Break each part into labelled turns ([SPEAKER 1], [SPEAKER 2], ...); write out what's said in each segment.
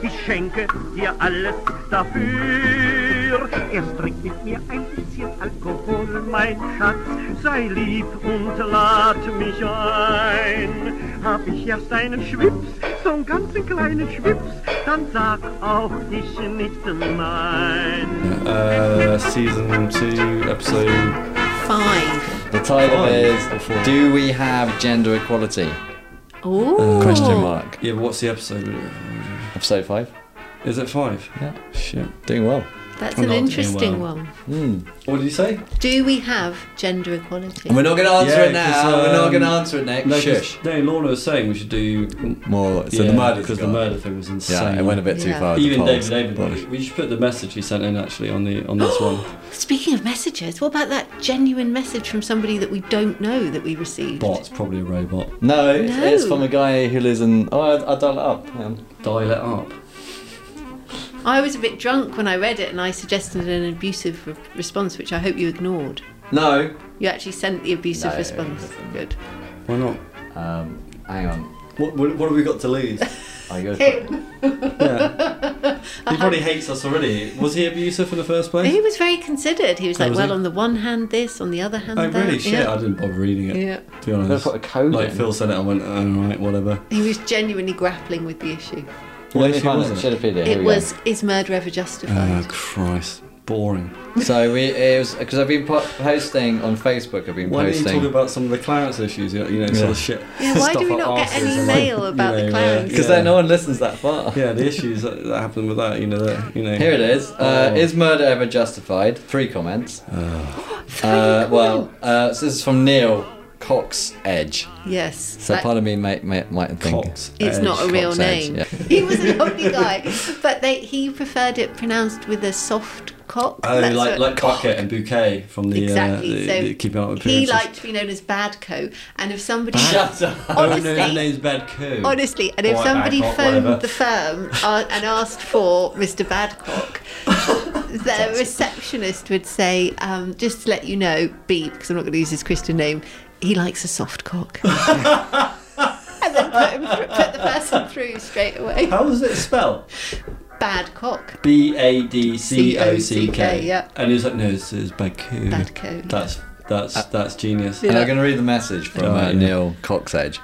[SPEAKER 1] Ich schenke dir alles dafür. Erst trink mit mir ein bisschen Alkohol, mein Schatz. Sei lieb und lad mich ein. Hab ich erst einen Schwips, so einen ganzen kleinen Schwips, dann sag auch ich nicht nein.
[SPEAKER 2] Uh, season two, episode.
[SPEAKER 3] Five.
[SPEAKER 4] The title
[SPEAKER 2] Fine. Or four.
[SPEAKER 4] is Do We Have Gender Equality?
[SPEAKER 3] Oh.
[SPEAKER 4] Question mark.
[SPEAKER 2] Yeah, what's the episode?
[SPEAKER 4] Episode five.
[SPEAKER 2] Is it five?
[SPEAKER 4] Yeah.
[SPEAKER 2] Shit.
[SPEAKER 4] Doing well.
[SPEAKER 3] That's
[SPEAKER 2] Not
[SPEAKER 3] an
[SPEAKER 2] doing
[SPEAKER 3] interesting
[SPEAKER 2] well.
[SPEAKER 3] one.
[SPEAKER 4] What did you say?
[SPEAKER 3] Do we have gender equality?
[SPEAKER 4] We're not going to answer
[SPEAKER 2] Yeah,
[SPEAKER 4] it now.
[SPEAKER 2] 'cause,
[SPEAKER 4] We're not
[SPEAKER 2] um,
[SPEAKER 4] going to answer it next.
[SPEAKER 2] No, 'cause-
[SPEAKER 4] Shush.
[SPEAKER 2] no, Lorna was saying we should do.
[SPEAKER 4] More. So
[SPEAKER 2] yeah,
[SPEAKER 4] the murder.
[SPEAKER 2] because the murder thing was insane.
[SPEAKER 4] Yeah, it went a bit too
[SPEAKER 3] Yeah.
[SPEAKER 4] far. with the
[SPEAKER 2] Even
[SPEAKER 4] polls.
[SPEAKER 2] David, David,
[SPEAKER 4] Rubbish.
[SPEAKER 2] we- we should put the message he sent in actually on the on this one.
[SPEAKER 3] Speaking of messages, what about that genuine message from somebody that we don't know that we received?
[SPEAKER 2] Bot's probably a robot.
[SPEAKER 4] No, it's-
[SPEAKER 3] No.
[SPEAKER 4] it's from a guy who lives in. Oh, I, I dial it up. Hang on.
[SPEAKER 2] Dial it up.
[SPEAKER 3] I was a bit drunk when I read it and I suggested an abusive re- response, which I hope you ignored.
[SPEAKER 4] No.
[SPEAKER 3] You actually sent the abusive
[SPEAKER 4] No,
[SPEAKER 3] response.
[SPEAKER 4] listen.
[SPEAKER 3] Good.
[SPEAKER 2] Why not?
[SPEAKER 4] Um, hang on.
[SPEAKER 2] What, what, what have we got to lose?
[SPEAKER 4] I go.
[SPEAKER 2] yeah. He probably hates us already. Was he abusive in the first place?
[SPEAKER 3] He was very considered. He was
[SPEAKER 2] Oh,
[SPEAKER 3] like,
[SPEAKER 2] was
[SPEAKER 3] well,
[SPEAKER 2] he?
[SPEAKER 3] on the one hand this, on the other hand
[SPEAKER 2] Oh,
[SPEAKER 3] that.
[SPEAKER 2] really? Shit,
[SPEAKER 3] Yeah.
[SPEAKER 2] I didn't bother reading it,
[SPEAKER 3] yeah.
[SPEAKER 2] to be honest.
[SPEAKER 4] They put a code
[SPEAKER 2] like
[SPEAKER 4] in.
[SPEAKER 2] Phil said it, I went, alright, whatever.
[SPEAKER 3] He was genuinely grappling with the issue.
[SPEAKER 4] Let me
[SPEAKER 2] Actually,
[SPEAKER 4] find it.
[SPEAKER 2] wasn't it?
[SPEAKER 4] Shadopedia,
[SPEAKER 3] it
[SPEAKER 4] here we go.
[SPEAKER 3] was, is murder ever
[SPEAKER 2] Oh,
[SPEAKER 4] Uh,
[SPEAKER 3] justified?
[SPEAKER 2] Christ. Boring.
[SPEAKER 4] So we it was because I've been po- posting on Facebook. I've been
[SPEAKER 2] Why don't you talk
[SPEAKER 4] posting
[SPEAKER 2] about some of the Clarence issues, you know, you know sort of shit.
[SPEAKER 3] Yeah, why do
[SPEAKER 2] stuff
[SPEAKER 3] we
[SPEAKER 2] up
[SPEAKER 3] not get
[SPEAKER 2] arses
[SPEAKER 3] any
[SPEAKER 2] and,
[SPEAKER 3] mail
[SPEAKER 2] you
[SPEAKER 3] about the
[SPEAKER 2] know, uh,
[SPEAKER 3] Clarence?
[SPEAKER 4] because
[SPEAKER 2] yeah.
[SPEAKER 4] then no one listens that far.
[SPEAKER 2] Yeah, the issues that, that happened with that, you know, that, you know.
[SPEAKER 4] Here it is. Uh,
[SPEAKER 2] Oh.
[SPEAKER 4] Is murder ever justified? Three comments. Uh, well, uh, so this is from Neil Cox Edge.
[SPEAKER 3] Yes.
[SPEAKER 4] So
[SPEAKER 3] that-
[SPEAKER 4] part of me might might, might think
[SPEAKER 2] Cox.
[SPEAKER 3] It's
[SPEAKER 2] Edge.
[SPEAKER 3] not a real
[SPEAKER 4] Cox Edge,
[SPEAKER 3] name.
[SPEAKER 4] yeah.
[SPEAKER 3] He was a lovely guy, but they, he preferred it pronounced with a soft cock.
[SPEAKER 2] Oh,
[SPEAKER 3] That's
[SPEAKER 2] like
[SPEAKER 3] what-
[SPEAKER 2] like Bucket and Bouquet from the, uh,
[SPEAKER 3] exactly.
[SPEAKER 2] the,
[SPEAKER 3] so
[SPEAKER 2] the Keeping Up with
[SPEAKER 3] he
[SPEAKER 2] Appearances.
[SPEAKER 3] liked to be known as Badco, and if somebody
[SPEAKER 4] Shut up.
[SPEAKER 2] Oh no, the
[SPEAKER 3] Honestly. Oh,
[SPEAKER 2] name's Bad Coo.
[SPEAKER 3] honestly, and if
[SPEAKER 2] Or
[SPEAKER 3] somebody
[SPEAKER 2] Badcock,
[SPEAKER 3] phoned
[SPEAKER 2] whatever.
[SPEAKER 3] the firm uh, and asked for Mr. Badcock, the receptionist would say, um, "Just to let you know, B, because I'm not going to use his Christian name. He likes a soft cock." And then put, him, put the person through straight away.
[SPEAKER 2] How does it spell?
[SPEAKER 3] Bad cock.
[SPEAKER 2] B A D C O C K.
[SPEAKER 3] C-O-C-K, yeah.
[SPEAKER 2] And he's like, no, it's, it's Bad Coo.
[SPEAKER 3] Bad Coo. Uh,
[SPEAKER 2] That's that's that's genius.
[SPEAKER 4] And I'm going to read the message from
[SPEAKER 2] Oh,
[SPEAKER 4] uh,
[SPEAKER 2] yeah.
[SPEAKER 4] Neil Cox Edge.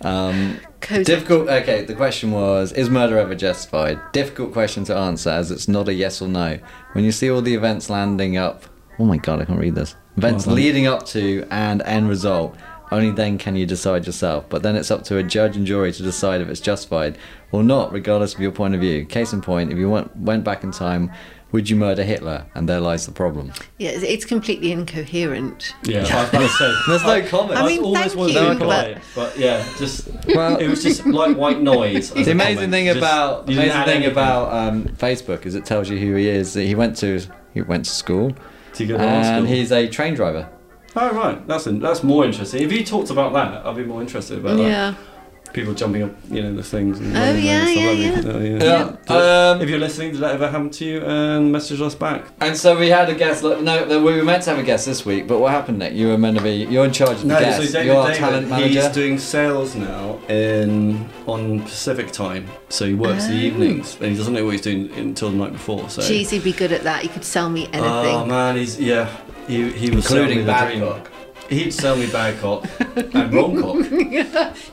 [SPEAKER 4] Um,
[SPEAKER 3] Cozy.
[SPEAKER 4] Difficult. Okay, the question was: Is murder ever justified? Difficult question to answer, as it's not a yes or no. When you see all the events landing up, oh my god, I can't read this. Events
[SPEAKER 2] Well done.
[SPEAKER 4] leading up to and end result. Only then can you decide yourself. But then it's up to a judge and jury to decide if it's justified or not, regardless of your point of view. Case in point: If you went went back in time, would you murder Hitler? And there lies the problem.
[SPEAKER 3] Yeah, it's- it's completely incoherent.
[SPEAKER 2] Yeah, I was about to say.
[SPEAKER 4] There's no comment.
[SPEAKER 3] I mean,
[SPEAKER 2] almost
[SPEAKER 3] thank
[SPEAKER 2] wanted
[SPEAKER 3] you,
[SPEAKER 2] to
[SPEAKER 3] but-
[SPEAKER 2] reply, but yeah, just
[SPEAKER 4] Well-
[SPEAKER 2] it was just like white noise. as
[SPEAKER 4] The
[SPEAKER 2] a
[SPEAKER 4] amazing
[SPEAKER 2] comment.
[SPEAKER 4] thing
[SPEAKER 2] Just-
[SPEAKER 4] about
[SPEAKER 2] you didn't
[SPEAKER 4] the amazing
[SPEAKER 2] add
[SPEAKER 4] thing
[SPEAKER 2] anything
[SPEAKER 4] about um, Facebook is it tells you who he is. He went to he went to school,
[SPEAKER 2] to go to high
[SPEAKER 4] and
[SPEAKER 2] school.
[SPEAKER 4] he's a train driver.
[SPEAKER 2] Oh right, that's that's more interesting. If you talked about that, I'd be more interested about
[SPEAKER 3] Yeah.
[SPEAKER 2] that. People jumping up, you know, the things. And
[SPEAKER 3] Oh,
[SPEAKER 2] running
[SPEAKER 3] yeah,
[SPEAKER 2] and stuff
[SPEAKER 3] yeah,
[SPEAKER 2] like that. Oh,
[SPEAKER 4] Yeah. Um,
[SPEAKER 2] if you're listening, did that ever happen to you? And message us back.
[SPEAKER 4] And so we had a guest. Look, no, no, we were meant to have a guest this week, but what happened, Nick? You were meant to be. You're in charge of the
[SPEAKER 2] No,
[SPEAKER 4] guest.
[SPEAKER 2] so David
[SPEAKER 4] you're our
[SPEAKER 2] David,
[SPEAKER 4] talent
[SPEAKER 2] he's
[SPEAKER 4] manager.
[SPEAKER 2] doing sales now in on Pacific time, so he works the
[SPEAKER 3] Oh.
[SPEAKER 2] evenings, and he doesn't know what he's doing until the night before. So,
[SPEAKER 3] Jeez, he'd be good at that. He could sell me anything.
[SPEAKER 2] oh man, he's yeah, he he was
[SPEAKER 4] Including
[SPEAKER 2] selling me the
[SPEAKER 4] Babcock.
[SPEAKER 2] dream. He'd sell me Babcock and Wrongcock.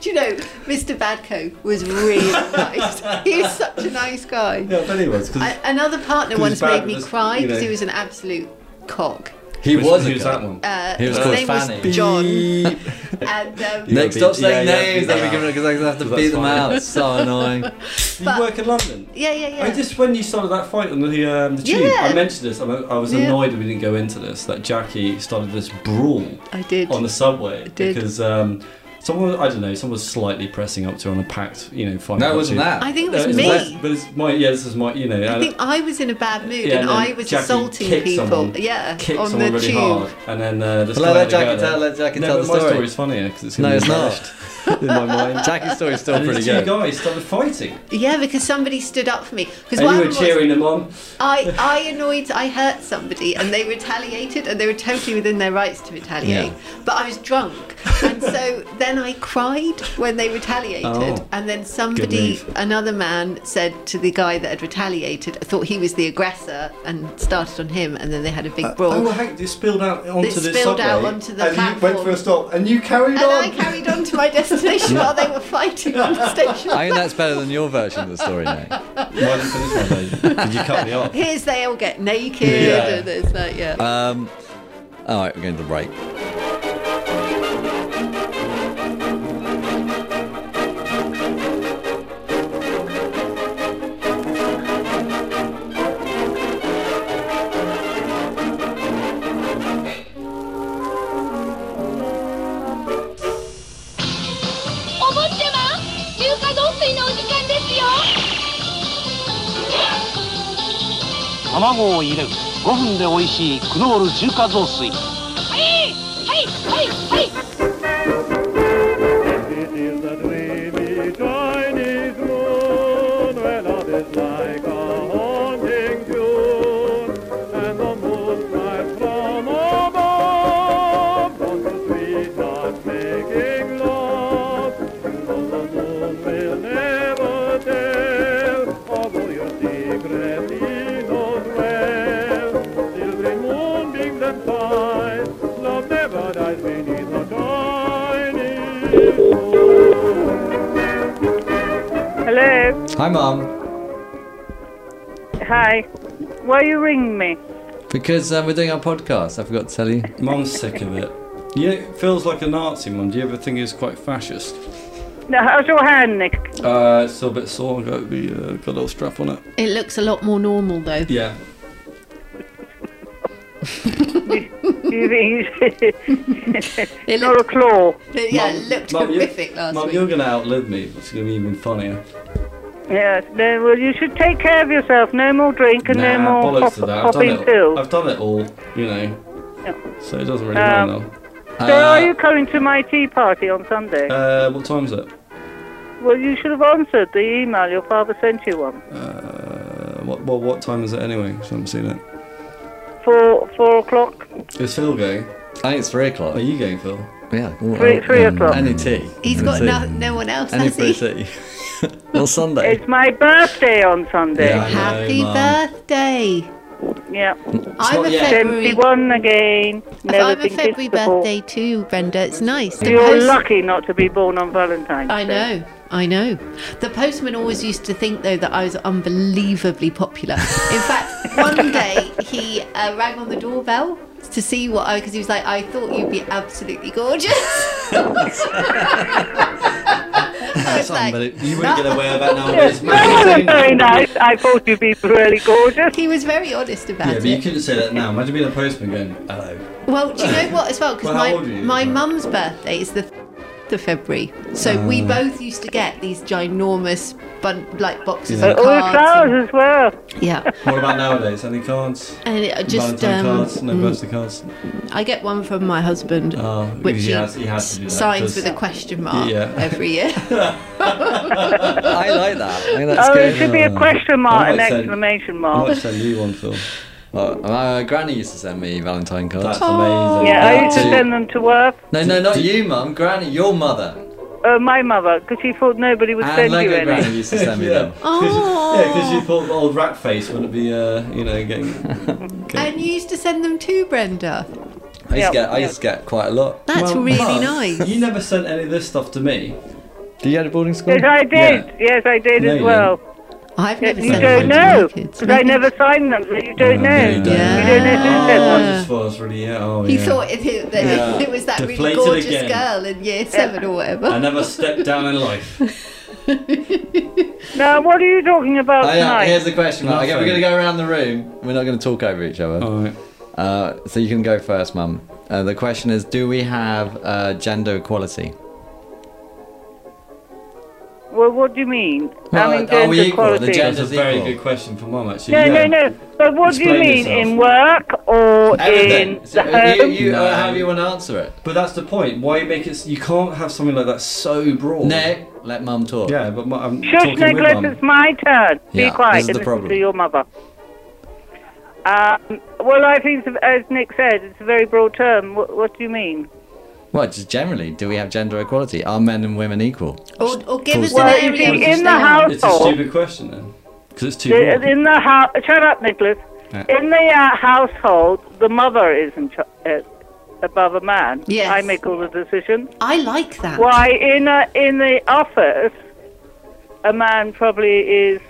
[SPEAKER 3] Do you know, Mr. Badco was really nice. He was such a nice guy.
[SPEAKER 2] yeah, but he was because
[SPEAKER 3] A- another partner
[SPEAKER 2] 'Cause
[SPEAKER 3] once
[SPEAKER 2] Bad
[SPEAKER 3] made me
[SPEAKER 2] was,
[SPEAKER 3] cry
[SPEAKER 2] you
[SPEAKER 3] because
[SPEAKER 2] know-
[SPEAKER 3] he was an absolute cock.
[SPEAKER 4] He was a
[SPEAKER 2] who's
[SPEAKER 4] guy.
[SPEAKER 2] that one?
[SPEAKER 3] Uh,
[SPEAKER 4] He was
[SPEAKER 3] his
[SPEAKER 4] called
[SPEAKER 3] name
[SPEAKER 4] Fanny.
[SPEAKER 3] was John. and um,
[SPEAKER 4] Nick,
[SPEAKER 2] Yeah,
[SPEAKER 4] stop
[SPEAKER 2] beat-
[SPEAKER 4] saying
[SPEAKER 2] yeah, yeah,
[SPEAKER 4] names.
[SPEAKER 2] beat
[SPEAKER 4] Then we
[SPEAKER 2] that
[SPEAKER 4] give it
[SPEAKER 2] out.
[SPEAKER 4] because I have to
[SPEAKER 2] That's
[SPEAKER 4] beat them
[SPEAKER 2] fine.
[SPEAKER 4] out. It's so annoying.
[SPEAKER 2] you
[SPEAKER 3] but-
[SPEAKER 2] work in London.
[SPEAKER 3] yeah, yeah, yeah.
[SPEAKER 2] I just when you started that fight on the um, the tube,
[SPEAKER 3] Yeah.
[SPEAKER 2] I mentioned this. I, I was
[SPEAKER 3] Yeah.
[SPEAKER 2] annoyed that we didn't go into this. That Jackie started this brawl
[SPEAKER 3] I did.
[SPEAKER 2] on the subway
[SPEAKER 3] did.
[SPEAKER 2] because um, someone I don't know someone was slightly pressing up to her on a packed you know fight.
[SPEAKER 4] No, it wasn't that.
[SPEAKER 3] I think it
[SPEAKER 2] No,
[SPEAKER 3] was
[SPEAKER 2] it's
[SPEAKER 3] me.
[SPEAKER 2] less- Uh, but it's my yeah. This is my you know.
[SPEAKER 3] I
[SPEAKER 2] and-
[SPEAKER 3] think I was in a bad mood
[SPEAKER 2] yeah, then
[SPEAKER 3] and I was
[SPEAKER 2] Jackie
[SPEAKER 3] assaulting
[SPEAKER 2] kicked
[SPEAKER 3] people.
[SPEAKER 2] someone-
[SPEAKER 3] yeah,
[SPEAKER 2] kicked
[SPEAKER 3] on the
[SPEAKER 2] someone really
[SPEAKER 3] tube.
[SPEAKER 2] hard, and then uh, this
[SPEAKER 4] Well,
[SPEAKER 2] guy
[SPEAKER 4] let
[SPEAKER 2] had a go
[SPEAKER 4] Jackie
[SPEAKER 2] at her.
[SPEAKER 4] tell- let Jackie
[SPEAKER 2] no,
[SPEAKER 4] tell
[SPEAKER 2] but
[SPEAKER 4] the
[SPEAKER 2] my
[SPEAKER 4] story.
[SPEAKER 2] story's funnier because it's
[SPEAKER 4] No,
[SPEAKER 2] gonna
[SPEAKER 4] it's
[SPEAKER 2] be
[SPEAKER 4] not.
[SPEAKER 2] embellished.
[SPEAKER 4] in my mind. Tacky's story's still
[SPEAKER 2] And
[SPEAKER 4] pretty
[SPEAKER 2] these two
[SPEAKER 4] good.
[SPEAKER 2] guys started fighting.
[SPEAKER 3] Yeah, because somebody stood up for me. Because
[SPEAKER 2] And you were cheering them on.
[SPEAKER 3] I, I annoyed, I hurt somebody and they retaliated and they were totally within their rights to retaliate.
[SPEAKER 4] Yeah.
[SPEAKER 3] But I was drunk. And so then I cried when they retaliated.
[SPEAKER 2] Oh.
[SPEAKER 3] and then somebody,
[SPEAKER 4] move.
[SPEAKER 3] another man, said to the guy that had retaliated, I thought he was the aggressor and started on him. And then they had a big brawl.
[SPEAKER 2] Oh, well, Hank, you spilled out onto
[SPEAKER 3] It
[SPEAKER 2] the
[SPEAKER 3] spilled
[SPEAKER 2] subway.
[SPEAKER 3] out onto the
[SPEAKER 2] and
[SPEAKER 3] platform.
[SPEAKER 2] you went for a stop, and you carried
[SPEAKER 3] and
[SPEAKER 2] on.
[SPEAKER 3] I carried on to my destination while they were fighting on the station.
[SPEAKER 4] I think that's better than your version of the story, now.
[SPEAKER 2] Why didn't you finish my Did you cut me off?
[SPEAKER 3] Here's they all get naked
[SPEAKER 2] Yeah. Uh,
[SPEAKER 3] and there's that, yeah.
[SPEAKER 4] Um, all right, we're going to the break.
[SPEAKER 5] お坊ちゃま中華丼水のお時間ですよ
[SPEAKER 6] 卵を入れる5分で美味しいクノール中華雑炊
[SPEAKER 5] はいはいはいはい
[SPEAKER 1] It is a dreamy Chinese moon where love is like a haunting tune, and the moon cries from above on the sweetheart making love. Though the moon will never tell, although your secret he knows well. Till the moon brings them sight, love never dies beneath the tiny moon.
[SPEAKER 7] Hello.
[SPEAKER 4] Hi, Mum.
[SPEAKER 7] Hi. Why you ring me?
[SPEAKER 4] Because um, we're doing our podcast. I forgot to tell you.
[SPEAKER 2] Mum's sick of it. Yeah, it feels like a Nazi, Mum. Do you ever think it's quite fascist?
[SPEAKER 7] Now, how's your hand, Nick?
[SPEAKER 2] Uh, it's still a bit sore. Got, the, uh, got a little strap on it.
[SPEAKER 3] it looks a lot more normal though.
[SPEAKER 2] Yeah.
[SPEAKER 7] You think
[SPEAKER 3] It
[SPEAKER 7] not a
[SPEAKER 3] looked,
[SPEAKER 7] claw?
[SPEAKER 3] yeah, it looked
[SPEAKER 2] Mum, you-
[SPEAKER 3] horrific last
[SPEAKER 2] Mum,
[SPEAKER 3] week.
[SPEAKER 2] you're going to outlive me. It's going to be even funnier.
[SPEAKER 7] Yes. No, well, you should take care of yourself. No more drink and
[SPEAKER 2] nah,
[SPEAKER 7] no more
[SPEAKER 2] bollocks
[SPEAKER 7] pop,
[SPEAKER 2] to that. Uh, I've done,
[SPEAKER 7] popping
[SPEAKER 2] it,
[SPEAKER 7] pills.
[SPEAKER 2] I've done it all, you know.
[SPEAKER 7] Yeah.
[SPEAKER 2] So it doesn't really
[SPEAKER 7] Um,
[SPEAKER 2] matter.
[SPEAKER 7] so,
[SPEAKER 4] Uh,
[SPEAKER 7] are you coming to my tea party on Sunday?
[SPEAKER 2] Uh, what time is it?
[SPEAKER 7] well, you should have answered the email your father sent you one
[SPEAKER 2] Uh, what, well, what time is it anyway? 'Cause I haven't seen it.
[SPEAKER 7] four four o'clock.
[SPEAKER 2] Is Phil going?
[SPEAKER 4] I think it's three o'clock.
[SPEAKER 2] Are you going, Phil?
[SPEAKER 4] Yeah. Mm.
[SPEAKER 7] Three three o'clock.
[SPEAKER 3] E
[SPEAKER 2] Any tea?
[SPEAKER 3] He's got no, no one else,
[SPEAKER 4] Any
[SPEAKER 3] has he?
[SPEAKER 4] free tea? well, Sunday.
[SPEAKER 7] It's my birthday on Sunday.
[SPEAKER 2] Yeah. I know,
[SPEAKER 3] Happy
[SPEAKER 2] Mum.
[SPEAKER 3] birthday!
[SPEAKER 7] Yeah.
[SPEAKER 3] I'm
[SPEAKER 2] not
[SPEAKER 3] a
[SPEAKER 2] yet.
[SPEAKER 3] February.
[SPEAKER 7] Seventy-one again. Never
[SPEAKER 3] I'm a
[SPEAKER 7] been
[SPEAKER 3] February
[SPEAKER 7] kissed before.
[SPEAKER 3] birthday too, Brenda. It's nice. The
[SPEAKER 7] You're
[SPEAKER 3] post-
[SPEAKER 7] lucky not to be born on Valentine's
[SPEAKER 3] I
[SPEAKER 7] Day.
[SPEAKER 3] know. I know. The postman always used to think, though, that I was unbelievably popular. In fact, one day he uh, rang on the doorbell to see what I, because he was like, I thought you'd be absolutely gorgeous. I was like,
[SPEAKER 2] But it, you wouldn't get away with that nowadays.
[SPEAKER 7] That
[SPEAKER 2] Imagine
[SPEAKER 7] was very nice. I thought you'd be really gorgeous.
[SPEAKER 3] he was very honest about
[SPEAKER 2] Yeah,
[SPEAKER 3] it.
[SPEAKER 2] but you couldn't say that now. Imagine being a postman going, hello.
[SPEAKER 3] Well, do you know what as well? Because
[SPEAKER 2] Well, how old are
[SPEAKER 3] my
[SPEAKER 2] you?
[SPEAKER 3] my mum's birthday is the th- of February, so we
[SPEAKER 2] Ah.
[SPEAKER 3] both used to get these ginormous bun- like boxes
[SPEAKER 2] Yeah.
[SPEAKER 3] of
[SPEAKER 7] All the flowers
[SPEAKER 3] cards.
[SPEAKER 7] as well.
[SPEAKER 3] and- yeah,
[SPEAKER 2] What about nowadays? Any cards?
[SPEAKER 3] and it, I just
[SPEAKER 2] Valentine
[SPEAKER 3] um,
[SPEAKER 2] cards? No birthday cards?
[SPEAKER 3] I get one from my husband,
[SPEAKER 2] Oh,
[SPEAKER 3] which
[SPEAKER 2] he
[SPEAKER 3] he,
[SPEAKER 2] has- he has to do that,
[SPEAKER 3] signs
[SPEAKER 2] 'cause-
[SPEAKER 3] with a question mark
[SPEAKER 2] Yeah.
[SPEAKER 3] every year.
[SPEAKER 4] I like that. I think that's
[SPEAKER 7] Oh, it
[SPEAKER 4] good.
[SPEAKER 7] should be a question mark
[SPEAKER 2] I
[SPEAKER 7] and
[SPEAKER 2] might say-
[SPEAKER 7] exclamation
[SPEAKER 2] I might
[SPEAKER 7] mark.
[SPEAKER 2] send you one, Phil.
[SPEAKER 4] Oh, my granny used to send me Valentine cards.
[SPEAKER 2] That's
[SPEAKER 3] Oh.
[SPEAKER 2] amazing.
[SPEAKER 7] Yeah, I
[SPEAKER 4] Yeah,
[SPEAKER 7] used to
[SPEAKER 4] too.
[SPEAKER 7] send them to work.
[SPEAKER 4] No, no, not you, Mum. Granny, your mother.
[SPEAKER 7] Uh, my mother, because she thought nobody would
[SPEAKER 4] And
[SPEAKER 7] send you
[SPEAKER 4] Lego
[SPEAKER 7] any.
[SPEAKER 4] Granny used to send me them.
[SPEAKER 3] Oh,
[SPEAKER 2] Yeah, because you thought old rat face wouldn't be, uh, you know, getting.
[SPEAKER 3] and you used to send them to Brenda.
[SPEAKER 4] I used, to
[SPEAKER 7] Yeah.
[SPEAKER 4] get, I used to get quite a lot.
[SPEAKER 3] That's
[SPEAKER 2] Well,
[SPEAKER 3] really
[SPEAKER 2] Mum,
[SPEAKER 3] nice.
[SPEAKER 2] You never sent any of this stuff to me.
[SPEAKER 4] Do you go to boarding school?
[SPEAKER 7] Yes, I did.
[SPEAKER 2] Yeah.
[SPEAKER 7] Yes, I did
[SPEAKER 2] No,
[SPEAKER 7] as
[SPEAKER 2] you
[SPEAKER 7] well.
[SPEAKER 3] I've
[SPEAKER 7] Yeah,
[SPEAKER 3] never
[SPEAKER 7] you
[SPEAKER 3] sent them
[SPEAKER 7] don't
[SPEAKER 3] to
[SPEAKER 7] know,
[SPEAKER 3] my kids.
[SPEAKER 7] because I never signed them, so you don't know.
[SPEAKER 2] Yeah.
[SPEAKER 7] You don't know who
[SPEAKER 3] Yeah.
[SPEAKER 7] sent
[SPEAKER 2] Oh, I
[SPEAKER 7] them.
[SPEAKER 2] just thought it was really, yeah, oh,
[SPEAKER 3] He
[SPEAKER 2] yeah.
[SPEAKER 3] thought it, it, that
[SPEAKER 2] Yeah.
[SPEAKER 3] it was that really
[SPEAKER 2] Deflated
[SPEAKER 3] gorgeous
[SPEAKER 2] again.
[SPEAKER 3] girl in year seven or whatever.
[SPEAKER 2] I never stepped down in life.
[SPEAKER 7] Now, what are you talking about
[SPEAKER 4] Oh, yeah,
[SPEAKER 7] tonight?
[SPEAKER 4] here's the question. Mark. Okay, we're
[SPEAKER 2] Nothing.
[SPEAKER 4] going to go around the room. We're not going to talk over each other.
[SPEAKER 2] Alright.
[SPEAKER 4] Uh, so you can go first, Mum. Uh, the question is, do we have uh, gender equality?
[SPEAKER 7] Well, what do you mean?
[SPEAKER 4] Well,
[SPEAKER 7] I mean,
[SPEAKER 4] are we equal?
[SPEAKER 7] gender
[SPEAKER 4] The
[SPEAKER 7] equality.
[SPEAKER 4] gen-
[SPEAKER 2] That's a very
[SPEAKER 4] equal.
[SPEAKER 2] good question for Mum, actually.
[SPEAKER 7] no,
[SPEAKER 2] yeah.
[SPEAKER 7] no, no. But what do you
[SPEAKER 2] Explain
[SPEAKER 7] mean?
[SPEAKER 2] yourself.
[SPEAKER 7] In work or
[SPEAKER 4] Everything.
[SPEAKER 7] in
[SPEAKER 4] So uh,
[SPEAKER 7] the
[SPEAKER 4] you,
[SPEAKER 7] home?
[SPEAKER 4] you,
[SPEAKER 2] No.
[SPEAKER 4] How you want to answer it?
[SPEAKER 2] But that's the point. Why make it? s- You can't have something like that so broad.
[SPEAKER 4] Nick, let mum talk.
[SPEAKER 2] Yeah, but mu- I'm
[SPEAKER 7] Shush,
[SPEAKER 2] talking with
[SPEAKER 7] Nicholas,
[SPEAKER 2] Mum.
[SPEAKER 7] it's my turn. Be
[SPEAKER 4] Yeah,
[SPEAKER 7] quiet
[SPEAKER 4] this is
[SPEAKER 7] and
[SPEAKER 4] the
[SPEAKER 7] listen
[SPEAKER 4] problem.
[SPEAKER 7] to your mother. Um, well, I think, as Nick said, it's a very broad term. What, what do you mean?
[SPEAKER 4] Well, just generally, do we have gender equality? Are men and women equal?
[SPEAKER 3] Or, or give us
[SPEAKER 4] Well,
[SPEAKER 3] an
[SPEAKER 7] Well, you
[SPEAKER 3] area
[SPEAKER 7] see,
[SPEAKER 3] to
[SPEAKER 7] in
[SPEAKER 3] stay
[SPEAKER 7] the
[SPEAKER 3] on.
[SPEAKER 2] It's a
[SPEAKER 7] household,
[SPEAKER 2] stupid question then, because it's too broad.
[SPEAKER 7] in the house, shut up, Nicholas.
[SPEAKER 2] Yeah.
[SPEAKER 7] In the uh, household, the mother is in ch- uh, above a man.
[SPEAKER 3] Yes.
[SPEAKER 7] I make all the decisions.
[SPEAKER 3] I like that.
[SPEAKER 7] Why in a, in the office, a man probably is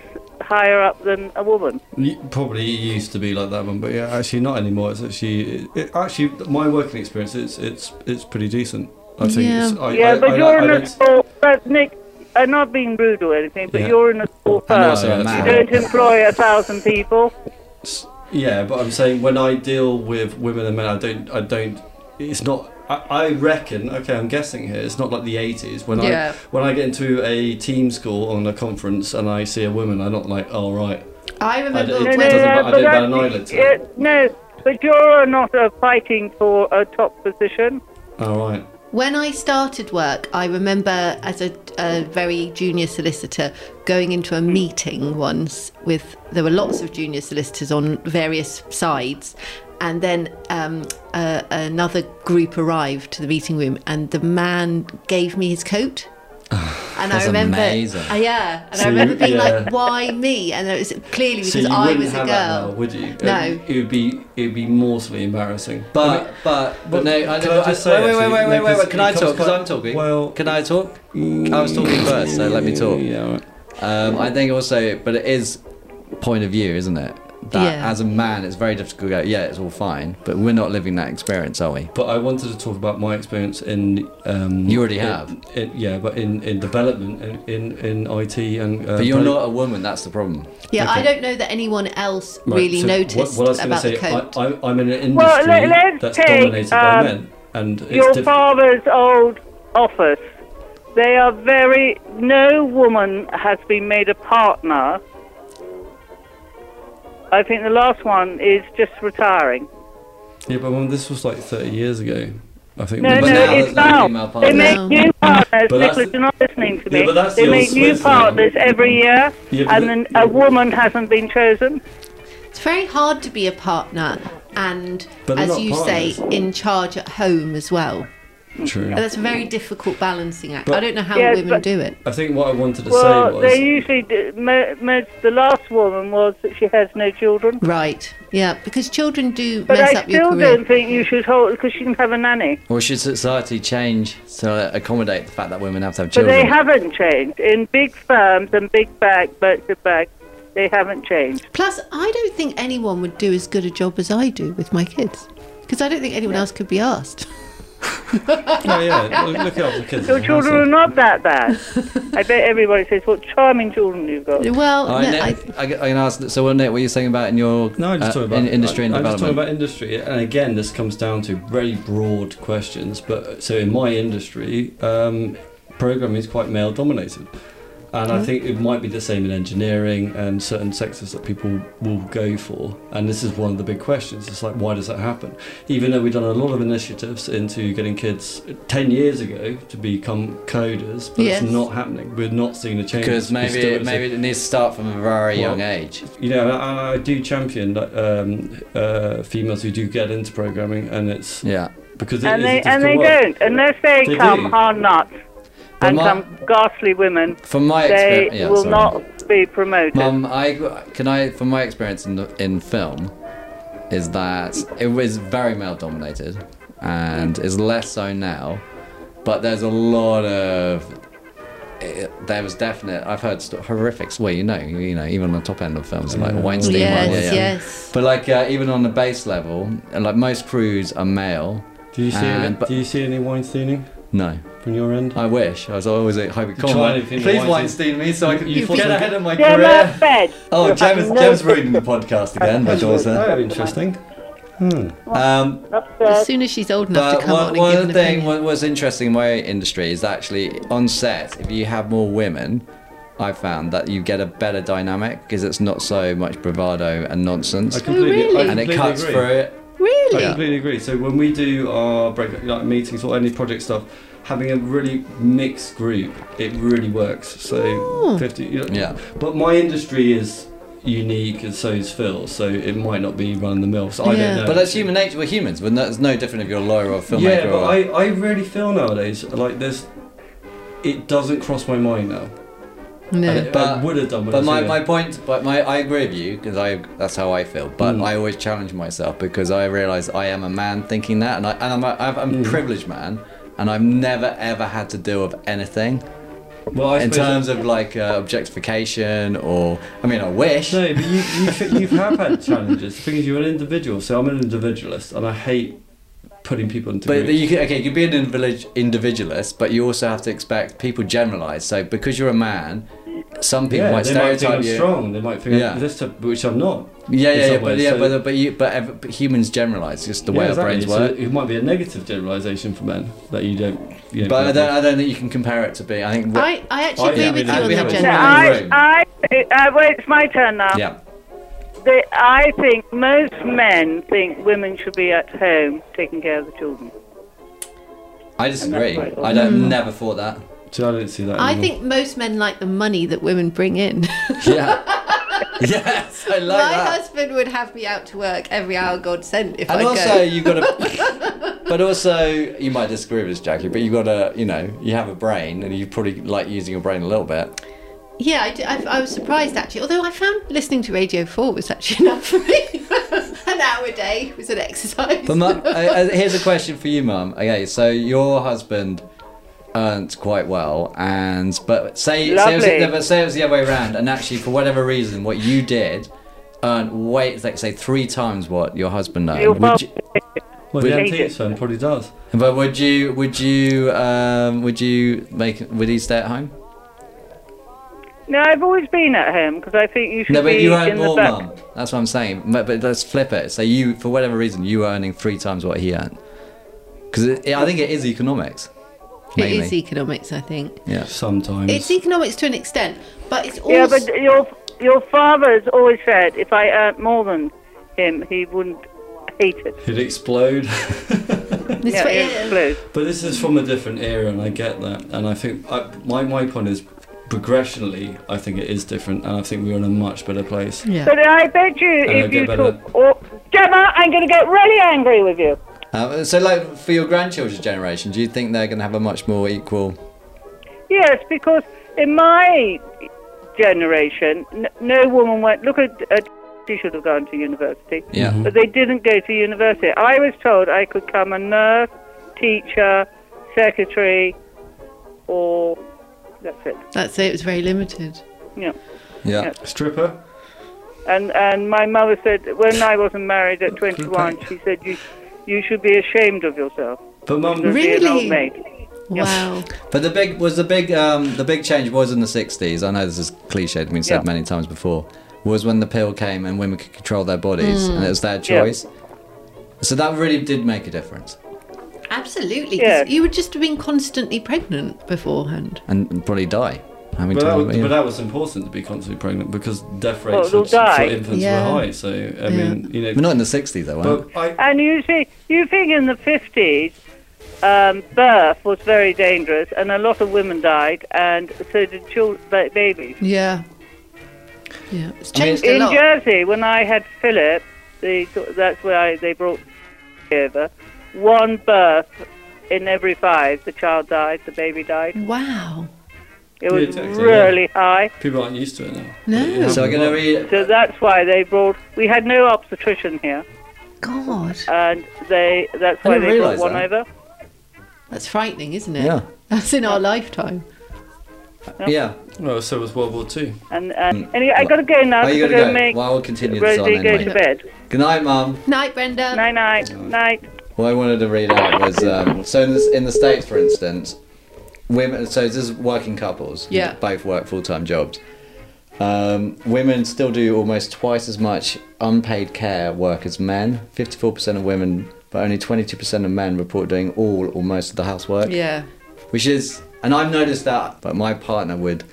[SPEAKER 7] higher up than a woman.
[SPEAKER 2] Y- Probably used to be like that one, but yeah, actually not anymore. It's actually, it, it, actually, my working experience, it's it's it's pretty decent. I think.
[SPEAKER 3] Yeah.
[SPEAKER 2] It's, I,
[SPEAKER 7] yeah,
[SPEAKER 2] I,
[SPEAKER 7] but
[SPEAKER 2] I,
[SPEAKER 7] you're
[SPEAKER 2] I,
[SPEAKER 7] in
[SPEAKER 2] don't
[SPEAKER 7] a school. But Nick, I'm not being rude or anything, but
[SPEAKER 2] Yeah.
[SPEAKER 7] you're in a school
[SPEAKER 4] And
[SPEAKER 7] firm.
[SPEAKER 4] also a
[SPEAKER 2] Oh, yeah,
[SPEAKER 7] you
[SPEAKER 4] man.
[SPEAKER 7] don't employ a thousand people.
[SPEAKER 2] S- Yeah, but I'm saying when I deal with women and men, I don't, I don't. It's not. I, I reckon. Okay, I'm guessing here. It's not like the 80s when
[SPEAKER 3] Yeah.
[SPEAKER 2] I when I get into a team's call on a conference and I see a woman, I'm not like, all right.
[SPEAKER 3] I
[SPEAKER 2] I
[SPEAKER 3] remember
[SPEAKER 2] don't-
[SPEAKER 7] No,
[SPEAKER 2] It
[SPEAKER 3] when
[SPEAKER 7] no,
[SPEAKER 2] doesn't
[SPEAKER 7] no,
[SPEAKER 2] matter,
[SPEAKER 7] uh, but
[SPEAKER 2] I don't
[SPEAKER 7] that's-
[SPEAKER 2] ban an island, so-
[SPEAKER 7] yeah, no, but you're not uh, fighting for a top position.
[SPEAKER 2] oh, all right.
[SPEAKER 3] When I started work, I remember as a, a very junior solicitor going into a meeting once with there were lots of junior solicitors on various sides, and then um, uh, another group arrived to the meeting room, and the man gave me his coat. And
[SPEAKER 4] that's
[SPEAKER 3] I remember,
[SPEAKER 4] amazing.
[SPEAKER 3] Uh, yeah, and
[SPEAKER 2] So
[SPEAKER 3] I remember
[SPEAKER 2] you-
[SPEAKER 3] being
[SPEAKER 2] yeah.
[SPEAKER 3] like, "Why me?" And it was clearly
[SPEAKER 2] So
[SPEAKER 3] because
[SPEAKER 2] you
[SPEAKER 3] I
[SPEAKER 2] wouldn't
[SPEAKER 3] was a
[SPEAKER 2] have that now,
[SPEAKER 3] girl.
[SPEAKER 2] would you?
[SPEAKER 3] No.
[SPEAKER 2] It, it would be it would be mortally embarrassing. I
[SPEAKER 4] But
[SPEAKER 2] mean,
[SPEAKER 4] but but no, I
[SPEAKER 2] can
[SPEAKER 4] don't.
[SPEAKER 2] I just
[SPEAKER 4] I-
[SPEAKER 2] say,
[SPEAKER 4] wait, wait,
[SPEAKER 2] actually,
[SPEAKER 4] wait,
[SPEAKER 2] no,
[SPEAKER 4] wait, wait,
[SPEAKER 2] 'cause
[SPEAKER 4] wait. Can
[SPEAKER 2] it
[SPEAKER 4] I
[SPEAKER 2] comes
[SPEAKER 4] talk? Because
[SPEAKER 2] quite-
[SPEAKER 4] I'm talking.
[SPEAKER 2] well-
[SPEAKER 4] can I talk? I was talking first, so let me talk.
[SPEAKER 2] Yeah, all right.
[SPEAKER 4] Um, I think also, but it is point of view, isn't it? That
[SPEAKER 3] Yeah.
[SPEAKER 4] as a man, it's very difficult to go. Yeah, it's all fine, but we're not living that experience, are we?
[SPEAKER 2] But I wanted to talk about my experience in. Um,
[SPEAKER 4] You already
[SPEAKER 2] in-
[SPEAKER 4] have.
[SPEAKER 2] in- yeah, but in, in development, in, in, in IT and. Uh,
[SPEAKER 4] But you're
[SPEAKER 2] develop-
[SPEAKER 4] not a woman. That's the problem.
[SPEAKER 3] Yeah, I
[SPEAKER 2] Okay.
[SPEAKER 3] don't know that anyone else
[SPEAKER 2] Right,
[SPEAKER 3] really
[SPEAKER 2] so
[SPEAKER 3] noticed
[SPEAKER 2] what, what I was gonna
[SPEAKER 3] about
[SPEAKER 2] say,
[SPEAKER 3] the coat.
[SPEAKER 2] I, I, I'm in an industry
[SPEAKER 7] Well, let- let's
[SPEAKER 2] that's
[SPEAKER 7] take,
[SPEAKER 2] dominated by
[SPEAKER 7] um,
[SPEAKER 2] men. And it's
[SPEAKER 7] your
[SPEAKER 2] diff-
[SPEAKER 7] father's old office. They are very. No woman has been made a partner. I think the last one is just retiring.
[SPEAKER 2] Yeah, but Mum, this was like 30 years ago. I think
[SPEAKER 7] No,
[SPEAKER 2] we-
[SPEAKER 7] no,
[SPEAKER 4] now
[SPEAKER 7] it's
[SPEAKER 4] there's no
[SPEAKER 7] now.
[SPEAKER 4] female
[SPEAKER 7] They
[SPEAKER 4] partners.
[SPEAKER 7] make
[SPEAKER 3] No.
[SPEAKER 7] new partners.
[SPEAKER 2] But that's
[SPEAKER 7] Nicholas,
[SPEAKER 2] the-
[SPEAKER 7] you're not listening to me.
[SPEAKER 2] Yeah, but that's
[SPEAKER 7] they
[SPEAKER 2] the
[SPEAKER 7] make
[SPEAKER 2] old
[SPEAKER 7] new
[SPEAKER 2] Swiss thing.
[SPEAKER 7] partners every year,
[SPEAKER 2] Yeah, but
[SPEAKER 7] and
[SPEAKER 2] the-
[SPEAKER 7] then a woman hasn't been chosen.
[SPEAKER 3] It's very hard to be a partner and,
[SPEAKER 2] But they're
[SPEAKER 3] as
[SPEAKER 2] not
[SPEAKER 3] you say,
[SPEAKER 2] partners.
[SPEAKER 3] in charge at home as well.
[SPEAKER 2] True.
[SPEAKER 3] And that's a very difficult balancing act.
[SPEAKER 2] But-
[SPEAKER 3] I don't know how
[SPEAKER 7] Yes,
[SPEAKER 3] women
[SPEAKER 7] but-
[SPEAKER 3] do it.
[SPEAKER 2] I think what I wanted to say
[SPEAKER 7] Well,
[SPEAKER 2] was.
[SPEAKER 7] they usually do, mo- most. The last woman was that she has no children.
[SPEAKER 3] Right. Yeah, because children do
[SPEAKER 7] But
[SPEAKER 3] mess
[SPEAKER 7] I
[SPEAKER 3] up your
[SPEAKER 7] still
[SPEAKER 3] career.
[SPEAKER 7] don't think you should hold because she can have a nanny.
[SPEAKER 4] Or should society change to accommodate the fact that women have to have
[SPEAKER 7] But
[SPEAKER 4] children?
[SPEAKER 7] they haven't changed in big firms and big back, back to back. They haven't changed.
[SPEAKER 3] Plus, I don't think anyone would do as good a job as I do with my kids. Because I don't think anyone else could be asked.
[SPEAKER 2] Oh, yeah, look- look out for kids.
[SPEAKER 7] Your children are not that bad. I bet everybody says, "What charming children you've got."
[SPEAKER 3] Well,
[SPEAKER 4] All right,
[SPEAKER 3] no, I,
[SPEAKER 4] Nick, I, I can ask. So, well, Nick, what are you saying about in your
[SPEAKER 2] No, I'm just
[SPEAKER 4] uh,
[SPEAKER 2] talking about
[SPEAKER 4] in- industry and
[SPEAKER 2] I, I'm just
[SPEAKER 4] development?
[SPEAKER 2] talking about industry, and again, this comes down to very broad questions. But so in my industry, um, programming is quite male dominated, and I think it might be the same in engineering and certain sectors that people will go for. And this is one of the big questions. It's like, why does that happen? Even though we've done a lot of initiatives into getting kids ten years ago to become coders, but
[SPEAKER 3] Yes.
[SPEAKER 2] it's not happening. We're not seeing a change
[SPEAKER 4] because
[SPEAKER 2] We're
[SPEAKER 4] maybe
[SPEAKER 2] still at
[SPEAKER 4] it,
[SPEAKER 2] a-
[SPEAKER 4] maybe it needs to start from a very
[SPEAKER 2] Well,
[SPEAKER 4] young age.
[SPEAKER 2] you know, and I, and I do champion like, um, uh, females who do get into programming, and it's
[SPEAKER 4] Yeah.
[SPEAKER 2] because it
[SPEAKER 7] and
[SPEAKER 2] is
[SPEAKER 7] they
[SPEAKER 2] a
[SPEAKER 7] and they
[SPEAKER 2] difficult work.
[SPEAKER 7] don't unless they,
[SPEAKER 2] They
[SPEAKER 7] come
[SPEAKER 2] do.
[SPEAKER 7] hard nuts
[SPEAKER 4] But
[SPEAKER 7] and
[SPEAKER 4] my-
[SPEAKER 7] come ghastly women.
[SPEAKER 4] From my
[SPEAKER 7] They
[SPEAKER 4] experience, yeah,
[SPEAKER 7] will
[SPEAKER 4] sorry.
[SPEAKER 7] not be promoted.
[SPEAKER 4] Mum, I can I from my experience in the- in film is that it was very male dominated and is less so now, but there's a lot of it, there was definite. I've heard st- horrific. Well, you know, you know, even on the top end of films like
[SPEAKER 2] Yeah.
[SPEAKER 4] Weinstein.
[SPEAKER 3] yes,
[SPEAKER 4] one, yeah, yeah.
[SPEAKER 3] yes.
[SPEAKER 4] But like uh, even on the base level, and, like most crews are male.
[SPEAKER 2] Do you see?
[SPEAKER 4] And-
[SPEAKER 2] any,
[SPEAKER 4] but-
[SPEAKER 2] do you see any Weinsteining
[SPEAKER 4] No,
[SPEAKER 2] from your end?
[SPEAKER 4] I wish. I was always at hoping. Come
[SPEAKER 2] tried
[SPEAKER 4] on,
[SPEAKER 2] anything to
[SPEAKER 4] please
[SPEAKER 2] Weinstein-
[SPEAKER 4] Weinstein me so I can
[SPEAKER 2] You thought
[SPEAKER 4] get
[SPEAKER 2] so?
[SPEAKER 4] ahead of my
[SPEAKER 7] Gemma
[SPEAKER 4] career.
[SPEAKER 7] Fed.
[SPEAKER 4] Oh,
[SPEAKER 7] You have
[SPEAKER 4] Gemma's,
[SPEAKER 7] no-
[SPEAKER 4] Gemma's ruining the podcast again. My daughter.
[SPEAKER 2] Oh, interesting.
[SPEAKER 4] Um,
[SPEAKER 3] As
[SPEAKER 7] Upstairs.
[SPEAKER 3] soon as she's old enough
[SPEAKER 4] but
[SPEAKER 3] to come
[SPEAKER 4] one,
[SPEAKER 3] on
[SPEAKER 4] one
[SPEAKER 3] and give an
[SPEAKER 4] thing
[SPEAKER 3] opinion.
[SPEAKER 4] what was interesting in my industry is actually on set, if you have more women, I found that you get a better dynamic because it's not so much bravado and nonsense.
[SPEAKER 2] I completely,
[SPEAKER 3] really?
[SPEAKER 2] I
[SPEAKER 4] and it
[SPEAKER 2] completely
[SPEAKER 4] cuts
[SPEAKER 2] agree.
[SPEAKER 4] through it.
[SPEAKER 3] Really?
[SPEAKER 2] I completely agree. So when we do our break, like meetings or any project stuff, having a really mixed group, it really works.
[SPEAKER 7] Oh.
[SPEAKER 2] So fifty. You know,
[SPEAKER 4] Yeah.
[SPEAKER 2] But my industry is unique, and so is Phil. So it might not be run the mill. So I
[SPEAKER 3] Yeah.
[SPEAKER 2] don't know.
[SPEAKER 4] But that's human nature. We're humans. We're no, it's no different if you're a lawyer or a filmmaker.
[SPEAKER 2] Yeah, but
[SPEAKER 4] or,
[SPEAKER 2] I, I really feel nowadays like this. It doesn't cross my mind now.
[SPEAKER 3] No.
[SPEAKER 2] I,
[SPEAKER 4] But-
[SPEAKER 2] would have done. when I
[SPEAKER 4] But
[SPEAKER 2] was
[SPEAKER 4] my,
[SPEAKER 2] younger.
[SPEAKER 4] my point, but my I agree with you because I that's how I feel. But
[SPEAKER 2] Mm.
[SPEAKER 4] I always challenge myself because I realise I am a man thinking that, and I and I'm a, I'm
[SPEAKER 2] Hmm.
[SPEAKER 4] a privileged man, and I've never ever had to deal with anything
[SPEAKER 2] well, I
[SPEAKER 4] in
[SPEAKER 2] suppose-
[SPEAKER 4] terms of like uh, objectification or I mean I wish.
[SPEAKER 2] No, but you, you, fi- you have had challenges. The thing is, you're an individual, so I'm an individualist, and I hate putting people into
[SPEAKER 4] But
[SPEAKER 2] groups.
[SPEAKER 4] you can, okay, you can be an individual, individualist, but you also have to expect people generalise. So because you're a man, some people
[SPEAKER 2] yeah,
[SPEAKER 4] might
[SPEAKER 2] they might think
[SPEAKER 4] stereotype
[SPEAKER 2] I'm
[SPEAKER 4] you.
[SPEAKER 2] strong. They might think
[SPEAKER 4] Yeah.
[SPEAKER 2] I'm this, type, which I'm not.
[SPEAKER 4] Yeah,
[SPEAKER 2] in
[SPEAKER 4] yeah,
[SPEAKER 2] some
[SPEAKER 4] yeah, but
[SPEAKER 2] ways,
[SPEAKER 4] yeah,
[SPEAKER 2] so-
[SPEAKER 4] but but, you, but, ev but humans generalise just the way
[SPEAKER 2] Yeah,
[SPEAKER 4] our
[SPEAKER 2] exactly.
[SPEAKER 4] brains
[SPEAKER 2] So
[SPEAKER 4] work.
[SPEAKER 2] it might be a negative generalisation for men that you don't. You don't
[SPEAKER 4] But I
[SPEAKER 2] feel
[SPEAKER 4] don't, I don't think you can compare it to being. I think.
[SPEAKER 3] I, I actually
[SPEAKER 2] I-
[SPEAKER 3] agree
[SPEAKER 2] yeah,
[SPEAKER 3] with
[SPEAKER 2] we
[SPEAKER 3] you
[SPEAKER 2] have-
[SPEAKER 3] on
[SPEAKER 4] we
[SPEAKER 3] that,
[SPEAKER 4] have a-
[SPEAKER 3] Jen.
[SPEAKER 4] Yeah,
[SPEAKER 3] Rowling.
[SPEAKER 7] I,
[SPEAKER 4] room.
[SPEAKER 7] I, uh, well, it's my turn now.
[SPEAKER 4] yeah.
[SPEAKER 7] The, I think most men think women should be at home taking care of the children.
[SPEAKER 4] I disagree.
[SPEAKER 7] right.
[SPEAKER 4] I don't never thought that.
[SPEAKER 2] it. So I don't see that.
[SPEAKER 3] I
[SPEAKER 4] mm.
[SPEAKER 2] anymore.
[SPEAKER 3] think most men like the money that women bring in.
[SPEAKER 4] Yeah. yes, I like
[SPEAKER 3] My
[SPEAKER 4] that.
[SPEAKER 3] husband would have me out to work every hour God sent if
[SPEAKER 4] and
[SPEAKER 3] I
[SPEAKER 4] also
[SPEAKER 3] go.
[SPEAKER 4] you got to. but also you might disagree with this, Jackie. But you got to, you know, you have a brain, and you probably like using your brain a little bit.
[SPEAKER 3] Yeah, I, d- I- I was surprised actually. Although I found listening to Radio 4 was actually enough for me. An hour a day was an exercise.
[SPEAKER 4] But mu- I, I, here's a question for you, Mum. Okay, so your husband earns quite well, and but say say it, was,
[SPEAKER 7] Lovely.
[SPEAKER 4] no, but say it was the other way around, and actually for whatever reason, what you did earned way like say three times what your husband earned.
[SPEAKER 7] You're
[SPEAKER 4] Would
[SPEAKER 7] wel-
[SPEAKER 4] you-
[SPEAKER 2] well, the
[SPEAKER 7] Take
[SPEAKER 2] antiques
[SPEAKER 7] it.
[SPEAKER 2] fan probably does.
[SPEAKER 4] But would you would you um, would you make would he stay at home?
[SPEAKER 7] No, I've always been at home because I think you should
[SPEAKER 4] No, but
[SPEAKER 7] be
[SPEAKER 4] you earn
[SPEAKER 7] in the
[SPEAKER 4] more,
[SPEAKER 7] back.
[SPEAKER 4] mum. That's what I'm saying. But, but let's flip it. So you, for whatever reason, you are earning three times what he earned. Because I think it is economics.
[SPEAKER 3] it
[SPEAKER 4] Mainly.
[SPEAKER 3] is economics, I think.
[SPEAKER 2] Sometimes.
[SPEAKER 3] It's e- economics to an extent, but it's also.
[SPEAKER 7] Yeah, but your your father's always said if I earned more than him, he wouldn't hate it.
[SPEAKER 2] It'd explode.
[SPEAKER 3] This
[SPEAKER 7] Yeah,
[SPEAKER 3] way-
[SPEAKER 7] it explodes.
[SPEAKER 2] But this is from a different era, and I get that. And I think I, my my point is, progressionally, I think it is different, and I think we're in a much better place.
[SPEAKER 3] Yeah.
[SPEAKER 7] But I bet you
[SPEAKER 2] Hello,
[SPEAKER 7] if you
[SPEAKER 2] Gemma.
[SPEAKER 7] talk, or, Gemma, I'm going to get really angry with you.
[SPEAKER 4] Um, so, like for your grandchildren's generation, do you think they're going to have a much more equal?
[SPEAKER 7] Yes, because in my generation, n- no woman went. Look at, at she should have gone to university,
[SPEAKER 4] Yeah.
[SPEAKER 7] but they didn't go to university. I was told I could come a nurse, teacher, secretary, or that's it.
[SPEAKER 3] That's it, it was very limited.
[SPEAKER 7] Yeah.
[SPEAKER 4] Yeah.
[SPEAKER 2] Stripper.
[SPEAKER 7] And and my mother said when I wasn't married at 21, she said you you should be ashamed of yourself.
[SPEAKER 2] But mum,
[SPEAKER 7] You'll be an old
[SPEAKER 3] Really?
[SPEAKER 7] maid."
[SPEAKER 3] Wow.
[SPEAKER 4] But the big was the big um, the big change was in the '60s. I know this is cliched, been said
[SPEAKER 7] Yeah.
[SPEAKER 4] many times before. Was when the pill came and women could control their bodies,
[SPEAKER 7] Mm.
[SPEAKER 4] and it was their choice. So that really did make a difference,
[SPEAKER 3] Absolutely. 'cause
[SPEAKER 7] Yeah.
[SPEAKER 3] You would just have been constantly pregnant beforehand.
[SPEAKER 4] and and probably die. How many
[SPEAKER 2] but that,
[SPEAKER 4] times?
[SPEAKER 2] was, but that was important to be constantly pregnant because death
[SPEAKER 7] Well,
[SPEAKER 2] rates
[SPEAKER 7] they'll
[SPEAKER 2] for, for
[SPEAKER 7] die.
[SPEAKER 2] infants
[SPEAKER 3] Yeah.
[SPEAKER 2] were high. So I mean, you
[SPEAKER 4] But
[SPEAKER 2] know.
[SPEAKER 4] not in the '60s, though. weren't
[SPEAKER 2] But I,
[SPEAKER 7] And you see, you think in the 50s, um, birth was very dangerous, and a lot of women died, and so did children, babies.
[SPEAKER 3] Yeah. Yeah. It's
[SPEAKER 4] I mean,
[SPEAKER 3] changed
[SPEAKER 7] In
[SPEAKER 3] a lot.
[SPEAKER 7] Jersey, when I had Philip, the, that's where I, they brought over. One birth in every five, the child died, the baby died.
[SPEAKER 3] wow.
[SPEAKER 7] It was
[SPEAKER 2] Yeah, exactly, yeah.
[SPEAKER 7] really high.
[SPEAKER 2] people aren't used to it now.
[SPEAKER 3] No.
[SPEAKER 4] eh? So I'm going to read.
[SPEAKER 7] So that's why they brought. We had no obstetrician here,
[SPEAKER 3] God.
[SPEAKER 7] and they. That's
[SPEAKER 4] I
[SPEAKER 7] why
[SPEAKER 4] didn't
[SPEAKER 7] they brought
[SPEAKER 4] realise
[SPEAKER 7] one
[SPEAKER 4] that.
[SPEAKER 7] over.
[SPEAKER 3] That's frightening, isn't it?
[SPEAKER 4] Yeah.
[SPEAKER 3] That's in our lifetime.
[SPEAKER 4] Yeah.
[SPEAKER 2] Well, so was World War Two.
[SPEAKER 7] And, and anyway, I got to go now.
[SPEAKER 4] Oh, you
[SPEAKER 7] because
[SPEAKER 4] got
[SPEAKER 7] I
[SPEAKER 4] to go.
[SPEAKER 7] make
[SPEAKER 4] Well, we'll continue this on
[SPEAKER 7] Rosie go
[SPEAKER 4] anyway.
[SPEAKER 7] to bed.
[SPEAKER 4] Good night, Mum.
[SPEAKER 3] Night, Brenda.
[SPEAKER 7] Night, night, night.
[SPEAKER 4] What I wanted to read out was um, so in, this, in the states, for instance, women. So this is working couples.
[SPEAKER 3] Yeah.
[SPEAKER 4] Both work full time jobs. Um, women still do almost twice as much unpaid care work as men. 54% of women, but only 22% of men report doing all or most of the housework.
[SPEAKER 3] Yeah.
[SPEAKER 4] Which is, and I've noticed that, but my partner would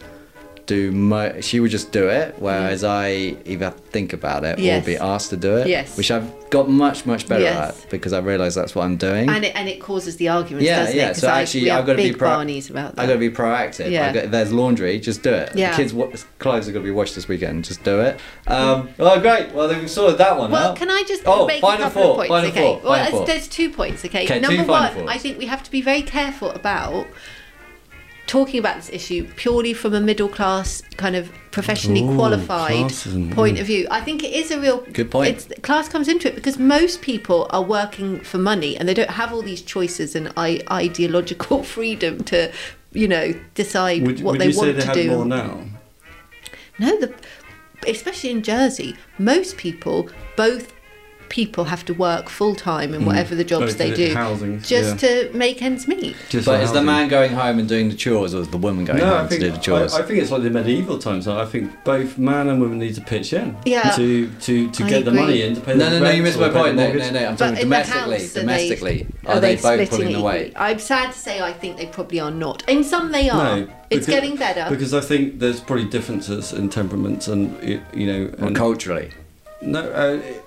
[SPEAKER 4] do, mo- she would just do it, whereas I either have to think about it
[SPEAKER 3] Mm. Yes.
[SPEAKER 4] or be asked to do it.
[SPEAKER 3] Yes.
[SPEAKER 4] Which I've got much, much better
[SPEAKER 3] Yes.
[SPEAKER 4] at because I realise that's what I'm doing.
[SPEAKER 3] And it, and it causes the arguments,
[SPEAKER 4] yeah,
[SPEAKER 3] doesn't it?
[SPEAKER 4] yeah.
[SPEAKER 3] 'Cause
[SPEAKER 4] So
[SPEAKER 3] I- we
[SPEAKER 4] actually,
[SPEAKER 3] have
[SPEAKER 4] I've got to
[SPEAKER 3] big
[SPEAKER 4] be pro-
[SPEAKER 3] Barneys about that.
[SPEAKER 4] I've got to be proactive.
[SPEAKER 3] Yeah.
[SPEAKER 4] I've got, there's laundry, just do it.
[SPEAKER 3] Yeah.
[SPEAKER 4] The kids' wa- clothes are going to be washed this weekend. Just do it. Um, oh, great. Well, then we sorted that one
[SPEAKER 3] Well,
[SPEAKER 4] out.
[SPEAKER 3] can I just
[SPEAKER 4] Oh,
[SPEAKER 3] make a
[SPEAKER 4] final
[SPEAKER 3] couple
[SPEAKER 4] four,
[SPEAKER 3] of points?
[SPEAKER 4] final
[SPEAKER 3] okay.
[SPEAKER 4] four,
[SPEAKER 3] well,
[SPEAKER 4] final
[SPEAKER 3] there's-
[SPEAKER 4] four.
[SPEAKER 3] there's two points. Okay.
[SPEAKER 4] Okay, two
[SPEAKER 3] Number
[SPEAKER 4] final
[SPEAKER 3] one,
[SPEAKER 4] fours.
[SPEAKER 3] I think we have to be very careful about talking about this issue purely from a middle class kind of professionally
[SPEAKER 2] Ooh,
[SPEAKER 3] qualified
[SPEAKER 2] classism,
[SPEAKER 3] point
[SPEAKER 2] mm.
[SPEAKER 3] of view. I think it is a real
[SPEAKER 4] Good point.
[SPEAKER 3] It's, class comes into it because most people are working for money and they don't have all these choices and I- ideological freedom to. You know, decide
[SPEAKER 2] Would,
[SPEAKER 3] what
[SPEAKER 2] would
[SPEAKER 3] they
[SPEAKER 2] you
[SPEAKER 3] want
[SPEAKER 2] say they
[SPEAKER 3] to
[SPEAKER 2] have
[SPEAKER 3] do.
[SPEAKER 2] more now?
[SPEAKER 3] No, the especially in Jersey, most people, both people have to work full time in whatever the jobs
[SPEAKER 2] Both
[SPEAKER 3] they
[SPEAKER 2] in
[SPEAKER 3] do,
[SPEAKER 2] housing,
[SPEAKER 3] just
[SPEAKER 2] yeah.
[SPEAKER 3] to make ends meet.
[SPEAKER 2] Just
[SPEAKER 4] but is the
[SPEAKER 2] housing.
[SPEAKER 4] man going home and doing the chores, or is the woman going
[SPEAKER 2] No,
[SPEAKER 4] home
[SPEAKER 2] I think,
[SPEAKER 4] to do the chores?
[SPEAKER 2] I, I think it's like the medieval times. Like, I think both man and woman need to pitch in
[SPEAKER 3] Yeah.
[SPEAKER 2] to to, to
[SPEAKER 3] I
[SPEAKER 2] get the
[SPEAKER 3] agree.
[SPEAKER 2] money in to pay
[SPEAKER 4] no,
[SPEAKER 2] the
[SPEAKER 4] no, no.
[SPEAKER 2] rent
[SPEAKER 4] You missed
[SPEAKER 2] or
[SPEAKER 4] my
[SPEAKER 2] pay the
[SPEAKER 4] point. No, no,
[SPEAKER 2] mortgage.
[SPEAKER 4] no. I'm
[SPEAKER 3] But in
[SPEAKER 4] talking
[SPEAKER 3] the
[SPEAKER 4] domestically.
[SPEAKER 3] house, are they-
[SPEAKER 4] domestically, are, they, both
[SPEAKER 3] splitting
[SPEAKER 4] pulling the
[SPEAKER 3] equally?
[SPEAKER 4] weight?
[SPEAKER 3] I'm sad to say, I think they probably are not. In some, they are.
[SPEAKER 2] No,
[SPEAKER 3] Oh, it's
[SPEAKER 2] because-
[SPEAKER 3] getting better.
[SPEAKER 2] Because I think there's probably differences in temperaments and y- you know
[SPEAKER 4] Well,
[SPEAKER 2] and-
[SPEAKER 4] culturally,
[SPEAKER 2] no uh, it-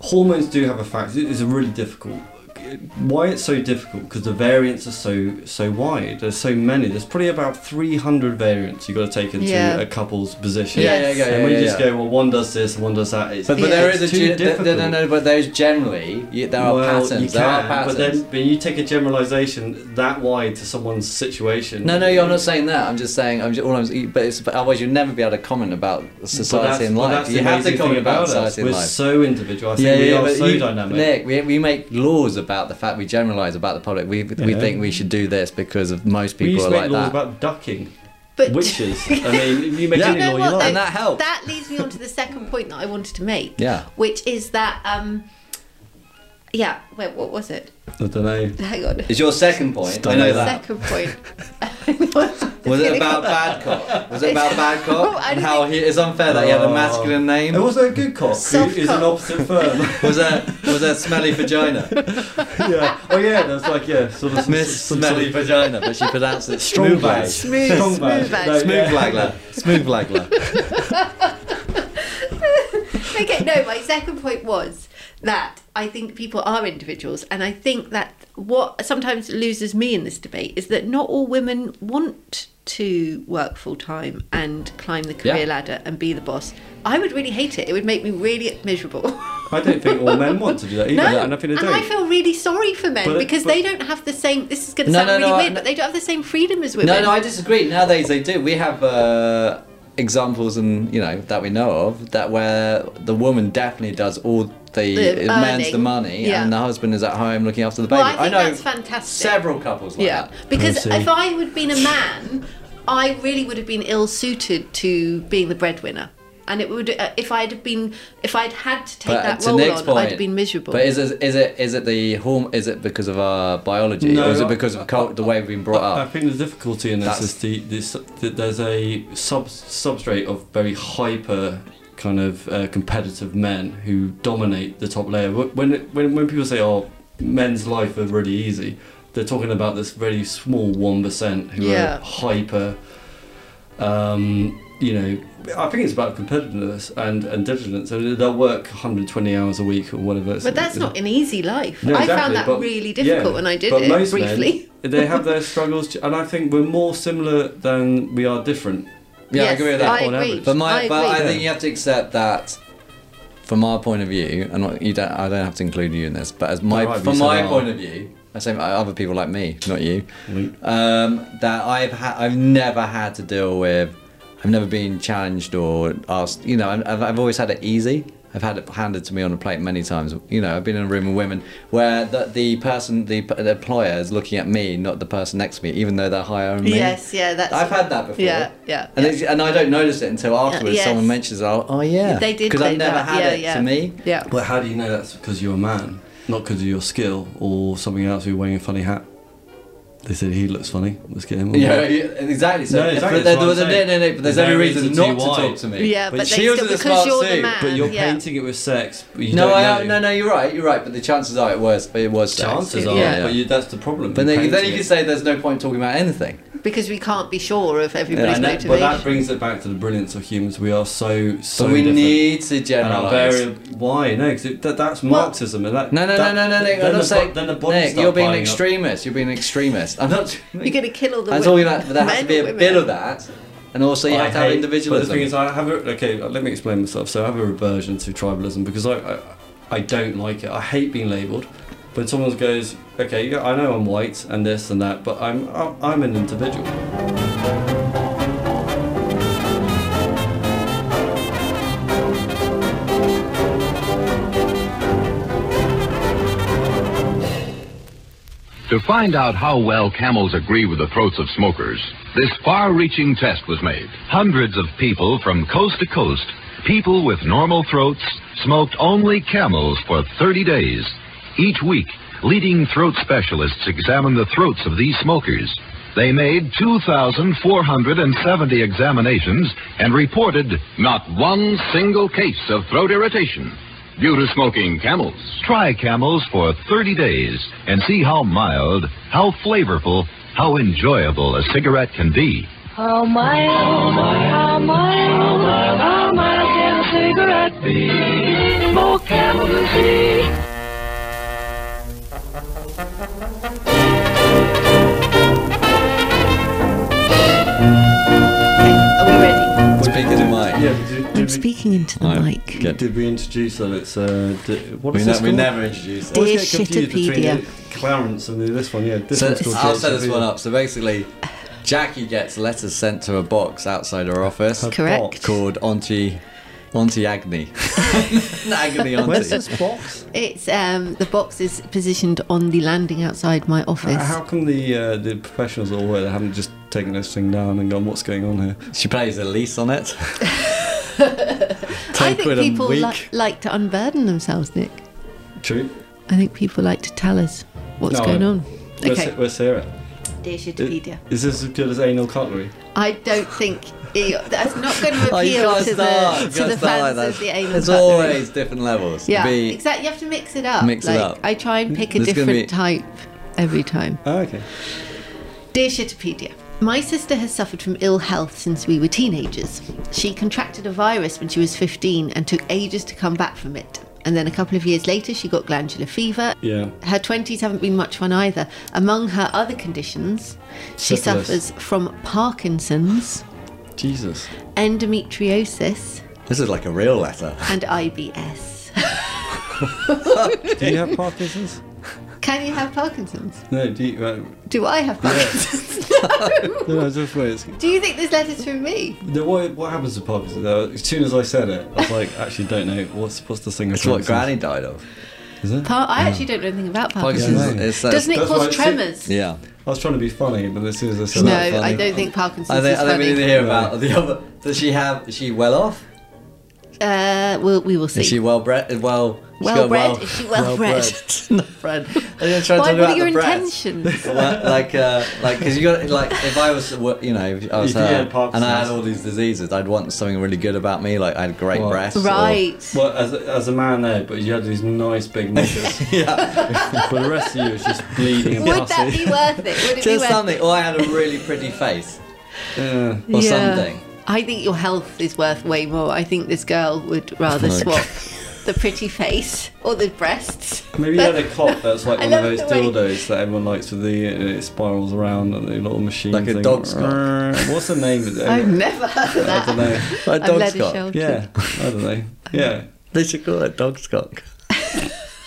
[SPEAKER 2] hormones do have a factor. It's a really difficult. Why it's so difficult? Because the variants are so so wide. There's so many. There's probably about 300 variants you've got to take into
[SPEAKER 3] Yeah.
[SPEAKER 2] a couple's position.
[SPEAKER 4] yeah, yeah,
[SPEAKER 3] Yes.
[SPEAKER 4] yeah.
[SPEAKER 2] and
[SPEAKER 4] yeah,
[SPEAKER 2] when you
[SPEAKER 4] yeah,
[SPEAKER 2] just
[SPEAKER 4] yeah.
[SPEAKER 2] go, well, one does this, and one does that. It's,
[SPEAKER 4] But, but
[SPEAKER 3] Yeah.
[SPEAKER 4] there
[SPEAKER 2] it's
[SPEAKER 4] is a
[SPEAKER 2] too
[SPEAKER 4] ge- there,
[SPEAKER 2] difficult.
[SPEAKER 4] there, no, no, but there's generally you, there are
[SPEAKER 2] well,
[SPEAKER 4] patterns.
[SPEAKER 2] You
[SPEAKER 4] there are
[SPEAKER 2] can,
[SPEAKER 4] patterns.
[SPEAKER 2] but then but you take a generalization that wide to someone's situation.
[SPEAKER 4] No, no, you're not saying that. I'm just saying. I'm just, all I'm. But it's, but otherwise, you'll never be able to comment about
[SPEAKER 2] But that's-
[SPEAKER 4] society in
[SPEAKER 2] but
[SPEAKER 4] life.
[SPEAKER 2] that's the
[SPEAKER 4] You have to
[SPEAKER 2] amazing
[SPEAKER 4] comment
[SPEAKER 2] thing
[SPEAKER 4] about,
[SPEAKER 2] us.
[SPEAKER 4] society in
[SPEAKER 2] We're
[SPEAKER 4] life.
[SPEAKER 2] so individual. I think we are
[SPEAKER 4] but
[SPEAKER 2] so
[SPEAKER 4] you-
[SPEAKER 2] dynamic.
[SPEAKER 4] Nick, we, we make laws about the fact we generalise about the public. We we
[SPEAKER 2] Yeah.
[SPEAKER 4] think we should do this because of most
[SPEAKER 2] we
[SPEAKER 4] people
[SPEAKER 2] used to
[SPEAKER 4] are
[SPEAKER 2] make
[SPEAKER 4] like
[SPEAKER 2] laws
[SPEAKER 4] that.
[SPEAKER 2] about ducking,
[SPEAKER 3] but
[SPEAKER 2] witches. I mean, if you make
[SPEAKER 4] Yeah.
[SPEAKER 2] any
[SPEAKER 3] You know
[SPEAKER 2] law
[SPEAKER 3] what,
[SPEAKER 2] you
[SPEAKER 3] though?
[SPEAKER 2] like.
[SPEAKER 4] And that helped.
[SPEAKER 3] That leads me on to the second point that I wanted to make.
[SPEAKER 4] Yeah.
[SPEAKER 3] Which is that, um, yeah, wait, what was it?
[SPEAKER 2] I don't know.
[SPEAKER 3] Hang on.
[SPEAKER 4] It's your second point.
[SPEAKER 2] Stunning.
[SPEAKER 4] I know that.
[SPEAKER 3] Second point.
[SPEAKER 4] Was it about bad cop? Was it about bad
[SPEAKER 3] Oh,
[SPEAKER 4] cop?
[SPEAKER 3] I
[SPEAKER 4] and
[SPEAKER 3] didn't
[SPEAKER 4] how
[SPEAKER 3] think-
[SPEAKER 4] he, it's unfair that he had a masculine name.
[SPEAKER 2] Oh. It wasn't a good cop. Who
[SPEAKER 3] Soft
[SPEAKER 2] is an
[SPEAKER 3] cock.
[SPEAKER 2] opposite firm?
[SPEAKER 4] was that was that smelly vagina?
[SPEAKER 2] yeah. Oh yeah. That's like yeah. Sort of
[SPEAKER 4] Miss
[SPEAKER 2] some sort
[SPEAKER 4] Smelly
[SPEAKER 2] of-
[SPEAKER 4] Vagina, but she pronounced it
[SPEAKER 2] Strong bag.
[SPEAKER 4] Smooth
[SPEAKER 3] Smooth,
[SPEAKER 2] Strong bag.
[SPEAKER 3] smooth bag.
[SPEAKER 2] No, yeah.
[SPEAKER 4] Blagler. Smooth Blagler.
[SPEAKER 3] okay, no, my second point was that I think people are individuals, and I think that what sometimes loses me in this debate is that not all women want to work full time and climb the career
[SPEAKER 4] Yeah.
[SPEAKER 3] ladder and be the boss. I would really hate it. It would make me really miserable.
[SPEAKER 4] Oh,
[SPEAKER 2] I don't think all men want to do that either.
[SPEAKER 3] No,
[SPEAKER 2] And I think they
[SPEAKER 3] and I
[SPEAKER 2] don't.
[SPEAKER 3] feel really sorry for men
[SPEAKER 2] But-
[SPEAKER 3] because
[SPEAKER 2] but-
[SPEAKER 3] they don't have the same. This is going to
[SPEAKER 4] No,
[SPEAKER 3] sound
[SPEAKER 4] no,
[SPEAKER 3] really
[SPEAKER 4] no, I-
[SPEAKER 3] weird, but they don't have the same freedom as women.
[SPEAKER 4] No, no, I disagree. Nowadays they do. We have uh, examples, and you know that we know of that where the woman definitely does all the,
[SPEAKER 3] The
[SPEAKER 4] it mans the
[SPEAKER 3] earning.
[SPEAKER 4] money,
[SPEAKER 3] Yeah.
[SPEAKER 4] and the husband is at home looking after the baby.
[SPEAKER 3] Well, I think
[SPEAKER 4] know
[SPEAKER 3] that's fantastic.
[SPEAKER 4] several couples like
[SPEAKER 3] Yeah,
[SPEAKER 4] that.
[SPEAKER 2] I
[SPEAKER 3] because
[SPEAKER 2] see.
[SPEAKER 3] if I had been a man, I really would have been ill-suited to being the breadwinner, and it would uh, if I'd have been if I'd had to take that
[SPEAKER 4] to
[SPEAKER 3] role
[SPEAKER 4] Nick's
[SPEAKER 3] on, I'd have been miserable.
[SPEAKER 4] But is it, is it is it the horm? Is it because of our biology,
[SPEAKER 2] No,
[SPEAKER 4] or is it
[SPEAKER 2] I-
[SPEAKER 4] because of cult, the way we've been brought
[SPEAKER 2] I
[SPEAKER 4] up?
[SPEAKER 2] think the difficulty in this
[SPEAKER 4] That's-
[SPEAKER 2] is the, this, that there's a sub, substrate of very hyper kind of uh, competitive men who dominate the top layer. Wh- When, it- when, when people say, oh, men's life are really easy, they're talking about this very small 1% who
[SPEAKER 3] Yeah.
[SPEAKER 2] are hyper, um, you know. I think it's about competitiveness and, and diligence, and they'll work 120 hours a week or whatever.
[SPEAKER 3] but that's not an easy life.
[SPEAKER 2] No,
[SPEAKER 3] I found
[SPEAKER 2] exactly,
[SPEAKER 3] that
[SPEAKER 2] but-
[SPEAKER 3] really difficult
[SPEAKER 2] yeah,
[SPEAKER 3] when I did
[SPEAKER 2] but
[SPEAKER 3] it
[SPEAKER 2] most men,
[SPEAKER 3] briefly.
[SPEAKER 2] they have their struggles, to- and I think we're more similar than we are different.
[SPEAKER 4] Yeah, I
[SPEAKER 3] Yes,
[SPEAKER 4] agree with that.
[SPEAKER 3] I
[SPEAKER 2] on
[SPEAKER 3] agree.
[SPEAKER 2] average.
[SPEAKER 4] But my,
[SPEAKER 3] I
[SPEAKER 4] but I
[SPEAKER 3] agree.
[SPEAKER 4] think you have to accept that, from our point of view, and not- you don't, I don't have to include you in this, but as my,
[SPEAKER 2] All right,
[SPEAKER 4] from
[SPEAKER 2] you said
[SPEAKER 4] my
[SPEAKER 2] our.
[SPEAKER 4] point of view, I say other people like me, not you,
[SPEAKER 2] We-
[SPEAKER 4] um, that I've ha- I've never had to deal with, I've never been challenged or asked, you know, and I've, I've always had it easy. I've had it handed to me on a plate many times. You know, I've been in a room with women where the, the person, the, the employer is looking at me, not the person next to me, even though they're higher than me.
[SPEAKER 3] Yes, yeah, that's.
[SPEAKER 4] I've had that before.
[SPEAKER 3] Yeah, yeah,
[SPEAKER 4] And,
[SPEAKER 3] yeah. Uh,
[SPEAKER 4] it's- and I don't notice it until afterwards.
[SPEAKER 3] yes.
[SPEAKER 4] Someone mentions, "Oh, oh yeah."
[SPEAKER 3] They did
[SPEAKER 4] because
[SPEAKER 3] say
[SPEAKER 4] I've never
[SPEAKER 3] that,
[SPEAKER 4] had
[SPEAKER 3] yeah,
[SPEAKER 4] it
[SPEAKER 3] yeah.
[SPEAKER 4] to me.
[SPEAKER 3] Yeah.
[SPEAKER 2] But how do you know that's because you're a man, not because of your skill or something else? You're wearing a funny hat. They said he looks funny. Let's get him. on
[SPEAKER 4] Yeah,
[SPEAKER 2] board."
[SPEAKER 4] yeah, exactly. So
[SPEAKER 2] No, exactly,
[SPEAKER 4] there-
[SPEAKER 2] that's what
[SPEAKER 4] there-
[SPEAKER 2] I'm
[SPEAKER 4] no,
[SPEAKER 2] saying.
[SPEAKER 4] no, no, but there's
[SPEAKER 2] There's
[SPEAKER 4] every
[SPEAKER 2] no
[SPEAKER 4] reason
[SPEAKER 2] reason to
[SPEAKER 4] not to
[SPEAKER 2] why.
[SPEAKER 4] talk to me.
[SPEAKER 3] Yeah,
[SPEAKER 2] But
[SPEAKER 3] but, they
[SPEAKER 4] she
[SPEAKER 3] still
[SPEAKER 4] was in a
[SPEAKER 3] because
[SPEAKER 4] smart
[SPEAKER 3] you're the
[SPEAKER 4] suit,
[SPEAKER 3] man.
[SPEAKER 2] But you're
[SPEAKER 3] yeah.
[SPEAKER 2] painting it with sex. But you
[SPEAKER 4] No,
[SPEAKER 2] don't
[SPEAKER 4] I,
[SPEAKER 2] know.
[SPEAKER 4] no, no, you're right, you're right. But the chances are it was, it was sex.
[SPEAKER 2] Chances
[SPEAKER 3] Yeah.
[SPEAKER 2] are,
[SPEAKER 3] Yeah.
[SPEAKER 2] but you, that's the problem.
[SPEAKER 4] But then, then you
[SPEAKER 2] painting
[SPEAKER 4] can
[SPEAKER 2] it.
[SPEAKER 4] say there's no point talking about anything.
[SPEAKER 3] because we can't be sure of
[SPEAKER 2] Yeah,
[SPEAKER 3] everybody's
[SPEAKER 2] and that-
[SPEAKER 3] motivation.
[SPEAKER 2] but that brings it back to the brilliance of humans. We are so so.
[SPEAKER 4] but we
[SPEAKER 2] different.
[SPEAKER 4] need to
[SPEAKER 2] And our
[SPEAKER 4] generalize.
[SPEAKER 2] variant, why? No, because that, that's Marxism. and that,
[SPEAKER 4] No, no,
[SPEAKER 2] that,
[SPEAKER 4] no, no, no,
[SPEAKER 2] then
[SPEAKER 4] no.
[SPEAKER 2] the,
[SPEAKER 4] I'm not
[SPEAKER 2] bo-
[SPEAKER 4] saying.
[SPEAKER 2] Then the bodies
[SPEAKER 4] Nick,
[SPEAKER 2] start
[SPEAKER 4] you're being an
[SPEAKER 2] piling up.
[SPEAKER 4] extremist. You're being an extremist. I'm not.
[SPEAKER 3] You're going to kill all the
[SPEAKER 4] I'm
[SPEAKER 3] women.
[SPEAKER 4] talking about. There has to
[SPEAKER 3] men
[SPEAKER 4] be a
[SPEAKER 3] or women.
[SPEAKER 4] bit of that, and also you
[SPEAKER 2] I
[SPEAKER 4] have to
[SPEAKER 2] hate-
[SPEAKER 4] have
[SPEAKER 2] But the
[SPEAKER 4] individualism.
[SPEAKER 2] thing is, I have a, okay. Let me explain myself. So I have a reversion to tribalism because I, I, I don't like it. I hate being labelled. When someone goes, okay, yeah, I know I'm white and this and that, but I'm I'm- I'm an individual.
[SPEAKER 8] To find out how well camels agree with the throats of smokers, this far reaching test was made. Hundreds of people from coast to coast, people with normal throats, smoked only camels for 30 days. Each week, leading throat specialists examined the throats of these smokers. They made 2,470 examinations and reported not one single case of throat irritation due to smoking camels. Try camels for 30 days and see how mild, how flavorful, how enjoyable a cigarette can be.
[SPEAKER 5] How mild, how mild, how mild can a cigarette be? More camel than sea.
[SPEAKER 3] Are we ready?
[SPEAKER 4] Speaking of mine.
[SPEAKER 2] Yeah. but Did,
[SPEAKER 3] I'm
[SPEAKER 2] did,
[SPEAKER 3] speaking into the mic.
[SPEAKER 2] we, did we introduce them? It's uh, di- what
[SPEAKER 4] We,
[SPEAKER 2] is
[SPEAKER 4] ne-
[SPEAKER 2] this
[SPEAKER 4] we
[SPEAKER 2] called?
[SPEAKER 4] never introduced
[SPEAKER 2] I
[SPEAKER 4] it.
[SPEAKER 2] always
[SPEAKER 3] Dear
[SPEAKER 2] get confused
[SPEAKER 3] Shitopedia.
[SPEAKER 2] between the Clarence and the, this one. Yeah, this
[SPEAKER 4] So
[SPEAKER 2] one's called
[SPEAKER 4] I'll set
[SPEAKER 2] Shitopedia.
[SPEAKER 4] this one up. So basically, Jackie gets letters sent to a box outside her office.
[SPEAKER 3] Correct.
[SPEAKER 4] box Called Auntie, Auntie Agni. Agni
[SPEAKER 2] Where's
[SPEAKER 4] Auntie.
[SPEAKER 2] this box?
[SPEAKER 3] It's um, the box is positioned on the landing outside my office.
[SPEAKER 2] How come the uh, the professionals at all work haven't just taken this thing down and gone, what's going on here?
[SPEAKER 4] She plays Elise on it.
[SPEAKER 3] I
[SPEAKER 4] Ten
[SPEAKER 3] think
[SPEAKER 4] quid a
[SPEAKER 3] people
[SPEAKER 4] week.
[SPEAKER 3] li- like to unburden themselves, Nick.
[SPEAKER 2] True.
[SPEAKER 3] I think people like to tell us what's
[SPEAKER 2] No,
[SPEAKER 3] going on.
[SPEAKER 2] Where's,
[SPEAKER 3] Okay,
[SPEAKER 2] where's Sarah?
[SPEAKER 3] dear
[SPEAKER 2] I-
[SPEAKER 3] Shitopedia.
[SPEAKER 2] Is this as good as anal cutlery?
[SPEAKER 3] I don't think it, that's not going to
[SPEAKER 4] Oh, you
[SPEAKER 3] appeal
[SPEAKER 4] can't
[SPEAKER 3] to
[SPEAKER 4] start.
[SPEAKER 3] the
[SPEAKER 4] You
[SPEAKER 3] to
[SPEAKER 4] can't
[SPEAKER 3] the
[SPEAKER 4] start
[SPEAKER 3] fans
[SPEAKER 4] like
[SPEAKER 3] of the
[SPEAKER 4] that.
[SPEAKER 3] anal
[SPEAKER 4] There's
[SPEAKER 3] cutlery.
[SPEAKER 4] always different levels.
[SPEAKER 3] Yeah,
[SPEAKER 4] Be-
[SPEAKER 3] exactly. You have to mix it up.
[SPEAKER 4] Mix it
[SPEAKER 3] like,
[SPEAKER 4] up.
[SPEAKER 3] I try and pick a
[SPEAKER 4] There's gonna
[SPEAKER 3] different
[SPEAKER 4] be-
[SPEAKER 3] type every time.
[SPEAKER 2] Ah, okay.
[SPEAKER 3] Dear Shitopedia, my sister has suffered from ill health since we were teenagers. She contracted a virus when she was 15 and took ages to come back from it. And then a couple of years later, she got glandular fever.
[SPEAKER 2] Yeah.
[SPEAKER 3] Her 20s haven't been much fun either. Among her other conditions, she
[SPEAKER 2] Syphilis.
[SPEAKER 3] suffers from Parkinson's,
[SPEAKER 2] Jesus.
[SPEAKER 3] endometriosis,
[SPEAKER 4] This is like a real letter.
[SPEAKER 3] and IBS.
[SPEAKER 2] Do you have Parkinson's?
[SPEAKER 3] Can you have Parkinson's?
[SPEAKER 2] No, do you? Uh,
[SPEAKER 3] Do I have Parkinson's?
[SPEAKER 2] no, no, just wait. It's,
[SPEAKER 3] Do you think this letter's from me?
[SPEAKER 2] no, what, what happens to Parkinson's? Uh, As soon as I said it, I was like, actually, don't know. What's what's the thing? with
[SPEAKER 4] It's what
[SPEAKER 2] Parkinson's?
[SPEAKER 4] Granny died of.
[SPEAKER 2] Is it?
[SPEAKER 3] Par- I actually don't know anything about Parkinson's.
[SPEAKER 4] Parkinson's.
[SPEAKER 2] Yeah.
[SPEAKER 4] It's,
[SPEAKER 3] Doesn't it
[SPEAKER 2] That's why
[SPEAKER 3] cause
[SPEAKER 2] it's-
[SPEAKER 3] tremors?
[SPEAKER 4] Yeah.
[SPEAKER 2] I was trying to be funny, but as soon as I said
[SPEAKER 3] No,
[SPEAKER 2] that,
[SPEAKER 4] funny.
[SPEAKER 3] I don't think Parkinson's
[SPEAKER 4] I think,
[SPEAKER 3] is
[SPEAKER 4] I think we need to
[SPEAKER 3] funny.
[SPEAKER 4] hear about the other. Does she have? Is she well off?
[SPEAKER 3] Uh, we'll, we will see.
[SPEAKER 4] Is she well bred? Well, she's
[SPEAKER 3] well
[SPEAKER 4] got
[SPEAKER 3] bred? Is she well, bred?
[SPEAKER 4] Not bred. I'm gonna try
[SPEAKER 3] Why?
[SPEAKER 4] to talk
[SPEAKER 3] What are
[SPEAKER 4] about
[SPEAKER 3] your
[SPEAKER 4] the bread.
[SPEAKER 3] intentions?
[SPEAKER 4] Well, like, uh, like, because you got like, if I was, you know, if I was
[SPEAKER 2] If you had
[SPEAKER 4] her, and I had
[SPEAKER 2] Parkinson's.
[SPEAKER 4] all these diseases, I'd want something really good about me. Like, I had great
[SPEAKER 2] Well,
[SPEAKER 4] breasts. or-
[SPEAKER 3] right.
[SPEAKER 2] Well, as a, as a man there, but you had these nice big knockers.
[SPEAKER 4] yeah,
[SPEAKER 2] but the rest of you is just bleeding and
[SPEAKER 3] Would that be
[SPEAKER 2] pussy.
[SPEAKER 3] worth it? Would it be
[SPEAKER 4] just
[SPEAKER 3] worth
[SPEAKER 4] something. Or I had a really pretty face,
[SPEAKER 2] Yeah.
[SPEAKER 3] it?
[SPEAKER 4] or something.
[SPEAKER 3] I think your health is worth way more. I think this girl would rather
[SPEAKER 4] Okay.
[SPEAKER 3] swap the pretty face or the breasts.
[SPEAKER 2] Maybe you had a cop that's like
[SPEAKER 3] I
[SPEAKER 2] one of those
[SPEAKER 3] love the way-
[SPEAKER 2] dildos that everyone likes with the and it spirals around and the little machine.
[SPEAKER 4] Like a
[SPEAKER 2] thing.
[SPEAKER 4] dog's cock.
[SPEAKER 2] What's the name of it?
[SPEAKER 3] I've never heard of
[SPEAKER 2] I
[SPEAKER 3] that.
[SPEAKER 2] don't know.
[SPEAKER 4] Like
[SPEAKER 3] I'm
[SPEAKER 4] dog's
[SPEAKER 3] leather
[SPEAKER 4] cock.
[SPEAKER 3] sheltered.
[SPEAKER 2] Yeah, I don't know. Yeah,
[SPEAKER 4] They should call it dog's cock.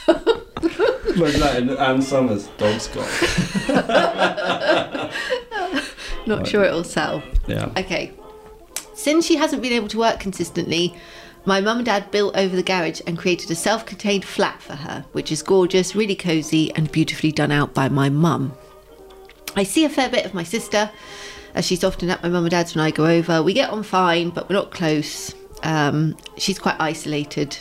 [SPEAKER 2] like that and Anne Summers, dog's cock.
[SPEAKER 3] Not sure it'll sell.
[SPEAKER 2] Yeah.
[SPEAKER 3] Okay. Since she hasn't been able to work consistently, my mum and dad built over the garage and created a self contained flat for her, which is gorgeous, really cosy, and beautifully done out by my mum. I see a fair bit of my sister, as she's often at my mum and dad's when I go over. We get on fine, but we're not close. Um, she's quite isolated.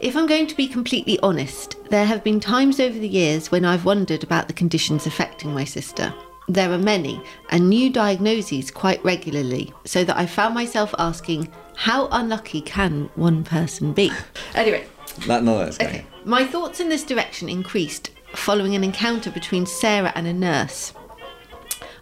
[SPEAKER 3] If I'm going to be completely honest, There have been times over the years when I've wondered about the conditions affecting my sister. There are many and new diagnoses quite regularly, so that I found myself asking, how unlucky can one person be? Anyway,
[SPEAKER 4] That no, that's
[SPEAKER 3] Okay. My thoughts in this direction increased following an encounter between Sarah and a nurse.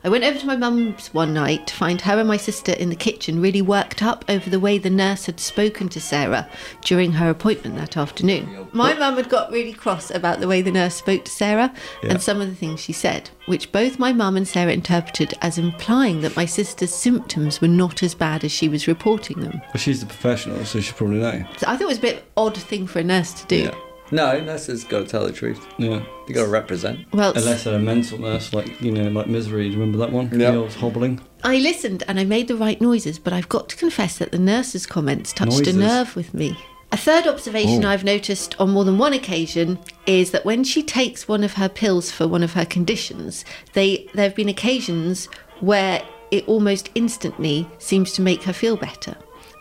[SPEAKER 3] I went over to my mum's one night to find her and my sister in the kitchen really worked up over the way the nurse had spoken to Sarah during her appointment that afternoon. My mum had got really cross about the way the nurse spoke to Sarah and some of the things she said, which both my mum and Sarah interpreted as implying that my sister's symptoms were not as bad as she was reporting them.
[SPEAKER 2] But she's the professional, so she probably know.
[SPEAKER 3] So I thought it was a bit odd thing for a nurse to do.
[SPEAKER 2] Yeah.
[SPEAKER 4] No, nurses got to tell the truth.
[SPEAKER 2] Yeah.
[SPEAKER 4] They got to represent.
[SPEAKER 3] Well,
[SPEAKER 2] Unless they're a mental nurse, like you know, like Misery. Do you remember that one?
[SPEAKER 4] Yeah.
[SPEAKER 2] The old hobbling.
[SPEAKER 3] I listened and I made the right noises, but I've got to confess that the nurse's comments touched
[SPEAKER 2] Noises. Oh.
[SPEAKER 3] a nerve with me. A third observation I've noticed on more than one occasion is that when she takes one of her pills for one of her conditions, they there have been occasions where it almost instantly seems to make her feel better.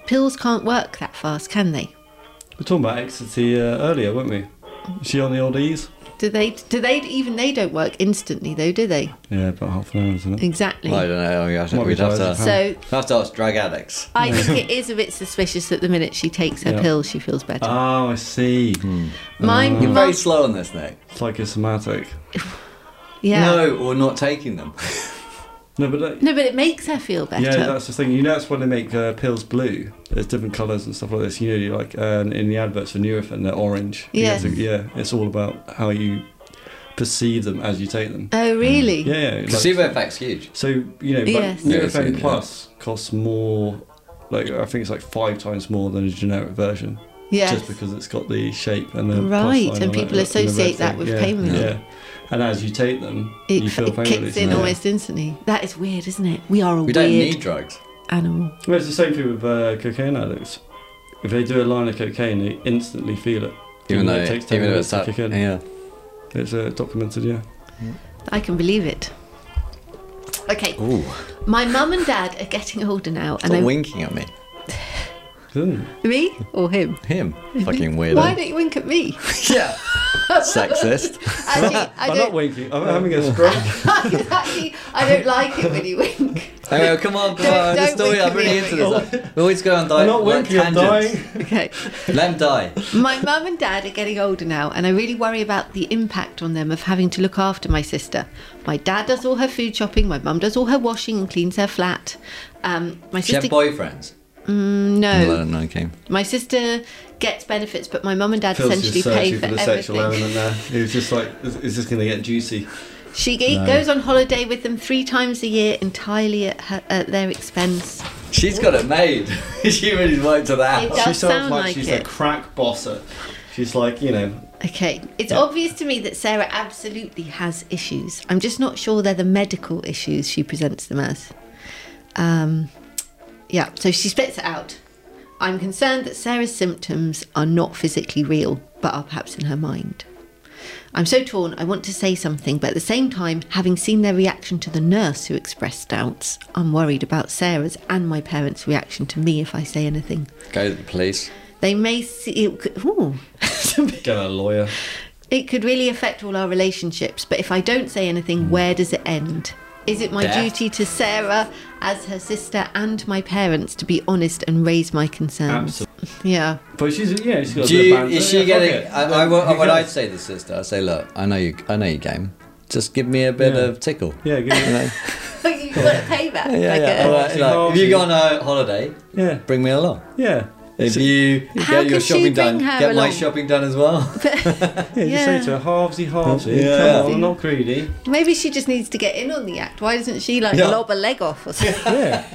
[SPEAKER 3] Pills can't work that fast, can they?
[SPEAKER 2] We're talking about ecstasy uh, earlier, weren't we? Is she on the old E's?
[SPEAKER 3] Do they? Do they? Even they don't work instantly, though, do they?
[SPEAKER 2] Yeah, about half an hour, isn't it?
[SPEAKER 3] Exactly.
[SPEAKER 4] I don't know. I mean, I think
[SPEAKER 2] Might be
[SPEAKER 4] we'd have to,
[SPEAKER 2] biased.
[SPEAKER 4] ask,
[SPEAKER 3] So
[SPEAKER 4] have to ask drug addicts.
[SPEAKER 3] I think it is a bit suspicious that the minute she takes her
[SPEAKER 2] Yeah.
[SPEAKER 3] pill, she feels better.
[SPEAKER 2] Oh, I see.
[SPEAKER 3] My
[SPEAKER 2] uh,
[SPEAKER 4] You're
[SPEAKER 3] mum-
[SPEAKER 4] very slow on this, Nick.
[SPEAKER 2] Psychosomatic.
[SPEAKER 3] yeah.
[SPEAKER 4] No, or not taking them.
[SPEAKER 2] No, but uh, that,
[SPEAKER 3] No, but it makes her feel better.
[SPEAKER 2] yeah, that's the thing. You know, that's when they make uh, pills blue. There's different colours and stuff like this. You know, you like um, in the adverts for Nurofen, they're orange. You
[SPEAKER 3] Yes.
[SPEAKER 2] get to- yeah, it's all about how you perceive them as you take them.
[SPEAKER 3] oh, really?
[SPEAKER 2] Mm. Yeah, yeah. like-
[SPEAKER 4] Placebo effect's huge.
[SPEAKER 2] So you know,
[SPEAKER 3] Yes.
[SPEAKER 2] like
[SPEAKER 4] Yeah, I've seen
[SPEAKER 2] Nurofen
[SPEAKER 4] it,
[SPEAKER 2] Plus costs more. Like I think it's like five times more than a generic version,
[SPEAKER 3] Yes.
[SPEAKER 2] just because it's got the shape and the plus
[SPEAKER 3] Right,
[SPEAKER 2] sign
[SPEAKER 3] and
[SPEAKER 2] on it
[SPEAKER 3] people
[SPEAKER 2] and the red
[SPEAKER 3] associate that
[SPEAKER 2] thing.
[SPEAKER 3] with
[SPEAKER 2] yeah,
[SPEAKER 3] pain relief.
[SPEAKER 2] Yeah, and as you take them,
[SPEAKER 3] it,
[SPEAKER 2] you
[SPEAKER 3] f-
[SPEAKER 2] feel
[SPEAKER 3] it
[SPEAKER 2] pain
[SPEAKER 3] kicks
[SPEAKER 2] relief.
[SPEAKER 3] in
[SPEAKER 2] yeah.
[SPEAKER 3] almost instantly. That is weird, isn't it? We are a
[SPEAKER 4] We
[SPEAKER 3] weird
[SPEAKER 4] don't need drugs.
[SPEAKER 3] animal.
[SPEAKER 2] Well, it's the same thing with uh, cocaine addicts. If they do a line of cocaine, they instantly feel it.
[SPEAKER 4] Even though,
[SPEAKER 2] it takes 10
[SPEAKER 4] even though
[SPEAKER 2] minutes to
[SPEAKER 4] it's that,
[SPEAKER 2] kick in.
[SPEAKER 4] yeah.
[SPEAKER 2] It's uh, documented, yeah.
[SPEAKER 3] I can believe it. Okay.
[SPEAKER 2] Oh.
[SPEAKER 4] Ooh,
[SPEAKER 3] My mum and dad are getting older now, and
[SPEAKER 4] stop
[SPEAKER 3] I,
[SPEAKER 4] winking at me.
[SPEAKER 2] Isn't it?
[SPEAKER 3] me or him.
[SPEAKER 4] Him, fucking weirdo.
[SPEAKER 3] Why don't you wink at me?
[SPEAKER 4] yeah, sexist.
[SPEAKER 3] Actually, I
[SPEAKER 2] I'm not
[SPEAKER 3] don't.
[SPEAKER 2] winking. I'm having a stroke.
[SPEAKER 3] Actually, I don't like it when you wink.
[SPEAKER 4] Anyway, come on, come on. The
[SPEAKER 3] don't
[SPEAKER 4] story.
[SPEAKER 3] wink
[SPEAKER 4] I'm
[SPEAKER 3] at
[SPEAKER 4] really
[SPEAKER 3] me,
[SPEAKER 4] into
[SPEAKER 3] Emily.
[SPEAKER 4] this. We always go on di-
[SPEAKER 2] I'm not
[SPEAKER 4] like
[SPEAKER 2] winking. I'm
[SPEAKER 4] tangents.
[SPEAKER 2] dying.
[SPEAKER 3] Okay.
[SPEAKER 4] Let him die.
[SPEAKER 3] My mum and dad are getting older now, and I really worry about the impact on them of having to look after my sister. My dad does all her food shopping, my mum does all her washing and cleans her flat. Um, my
[SPEAKER 4] She had
[SPEAKER 3] sister,
[SPEAKER 4] boyfriends.
[SPEAKER 2] Mm.
[SPEAKER 3] no,
[SPEAKER 4] no, okay.
[SPEAKER 3] my sister gets benefits, but my mum and dad
[SPEAKER 2] Phil's
[SPEAKER 3] essentially
[SPEAKER 2] just
[SPEAKER 3] pay
[SPEAKER 2] searching
[SPEAKER 3] for,
[SPEAKER 2] for, the sexual
[SPEAKER 3] everything.
[SPEAKER 2] element there. He was uh, just like, is, is this going to get juicy?
[SPEAKER 3] She ge- goes on holiday with them three times a year, entirely at, her, at their expense.
[SPEAKER 4] She's got it made. she really worked it
[SPEAKER 3] It
[SPEAKER 4] out.
[SPEAKER 3] does
[SPEAKER 2] she sounds
[SPEAKER 3] sound
[SPEAKER 2] like,
[SPEAKER 3] like
[SPEAKER 2] she's
[SPEAKER 3] it.
[SPEAKER 2] a crack bosser. She's like, you know,
[SPEAKER 3] Okay, it's obvious to me that Sarah absolutely has issues. I'm just not sure they're the medical issues she presents them as. Um, yeah, so she splits it out. I'm concerned that Sarah's symptoms are not physically real, but are perhaps in her mind. I'm so torn, I want to say something, but at the same time, having seen their reaction to the nurse who expressed doubts, I'm worried about Sarah's and my parents' reaction to me if I say anything.
[SPEAKER 4] Go to the police.
[SPEAKER 3] They may see. It could, ooh.
[SPEAKER 2] get a lawyer.
[SPEAKER 3] It could really affect all our relationships, but if I don't say anything, where does it end? Is it my
[SPEAKER 4] Death.
[SPEAKER 3] duty to Sarah, as her sister, and my parents to be honest and raise my concerns?
[SPEAKER 2] Absolutely.
[SPEAKER 3] Yeah.
[SPEAKER 2] But she's, yeah, she's got a
[SPEAKER 4] Do
[SPEAKER 2] bit
[SPEAKER 4] you,
[SPEAKER 2] of banter.
[SPEAKER 4] is she
[SPEAKER 2] Yeah, fuck
[SPEAKER 4] getting?
[SPEAKER 2] it.
[SPEAKER 4] I, I, what-
[SPEAKER 2] Who
[SPEAKER 4] what I'd
[SPEAKER 2] cares?
[SPEAKER 4] say to the sister, I say, look, I know you. I know you game. Just give me a bit
[SPEAKER 2] Yeah.
[SPEAKER 4] of tickle.
[SPEAKER 2] Yeah, give
[SPEAKER 4] You
[SPEAKER 2] it-
[SPEAKER 4] know?
[SPEAKER 3] You've got a payback.
[SPEAKER 4] yeah,
[SPEAKER 3] like a-
[SPEAKER 4] yeah. All right,
[SPEAKER 2] Halsey,
[SPEAKER 4] like, if you
[SPEAKER 2] Halsey.
[SPEAKER 4] go on a holiday,
[SPEAKER 2] yeah,
[SPEAKER 4] bring me along.
[SPEAKER 2] yeah.
[SPEAKER 4] If
[SPEAKER 2] So-
[SPEAKER 4] you
[SPEAKER 3] How
[SPEAKER 4] get your
[SPEAKER 3] could she
[SPEAKER 4] shopping
[SPEAKER 3] bring
[SPEAKER 4] done,
[SPEAKER 3] her
[SPEAKER 4] get my
[SPEAKER 3] along?
[SPEAKER 4] shopping done as well.
[SPEAKER 2] Yeah, you
[SPEAKER 3] Yeah.
[SPEAKER 2] say to her, halvesy, halvesy.
[SPEAKER 4] Yeah.
[SPEAKER 2] Come on, I'm not greedy.
[SPEAKER 3] Maybe she just needs to get in on the act. Why doesn't she like
[SPEAKER 4] Yeah.
[SPEAKER 3] lob a leg off or something?
[SPEAKER 2] Yeah.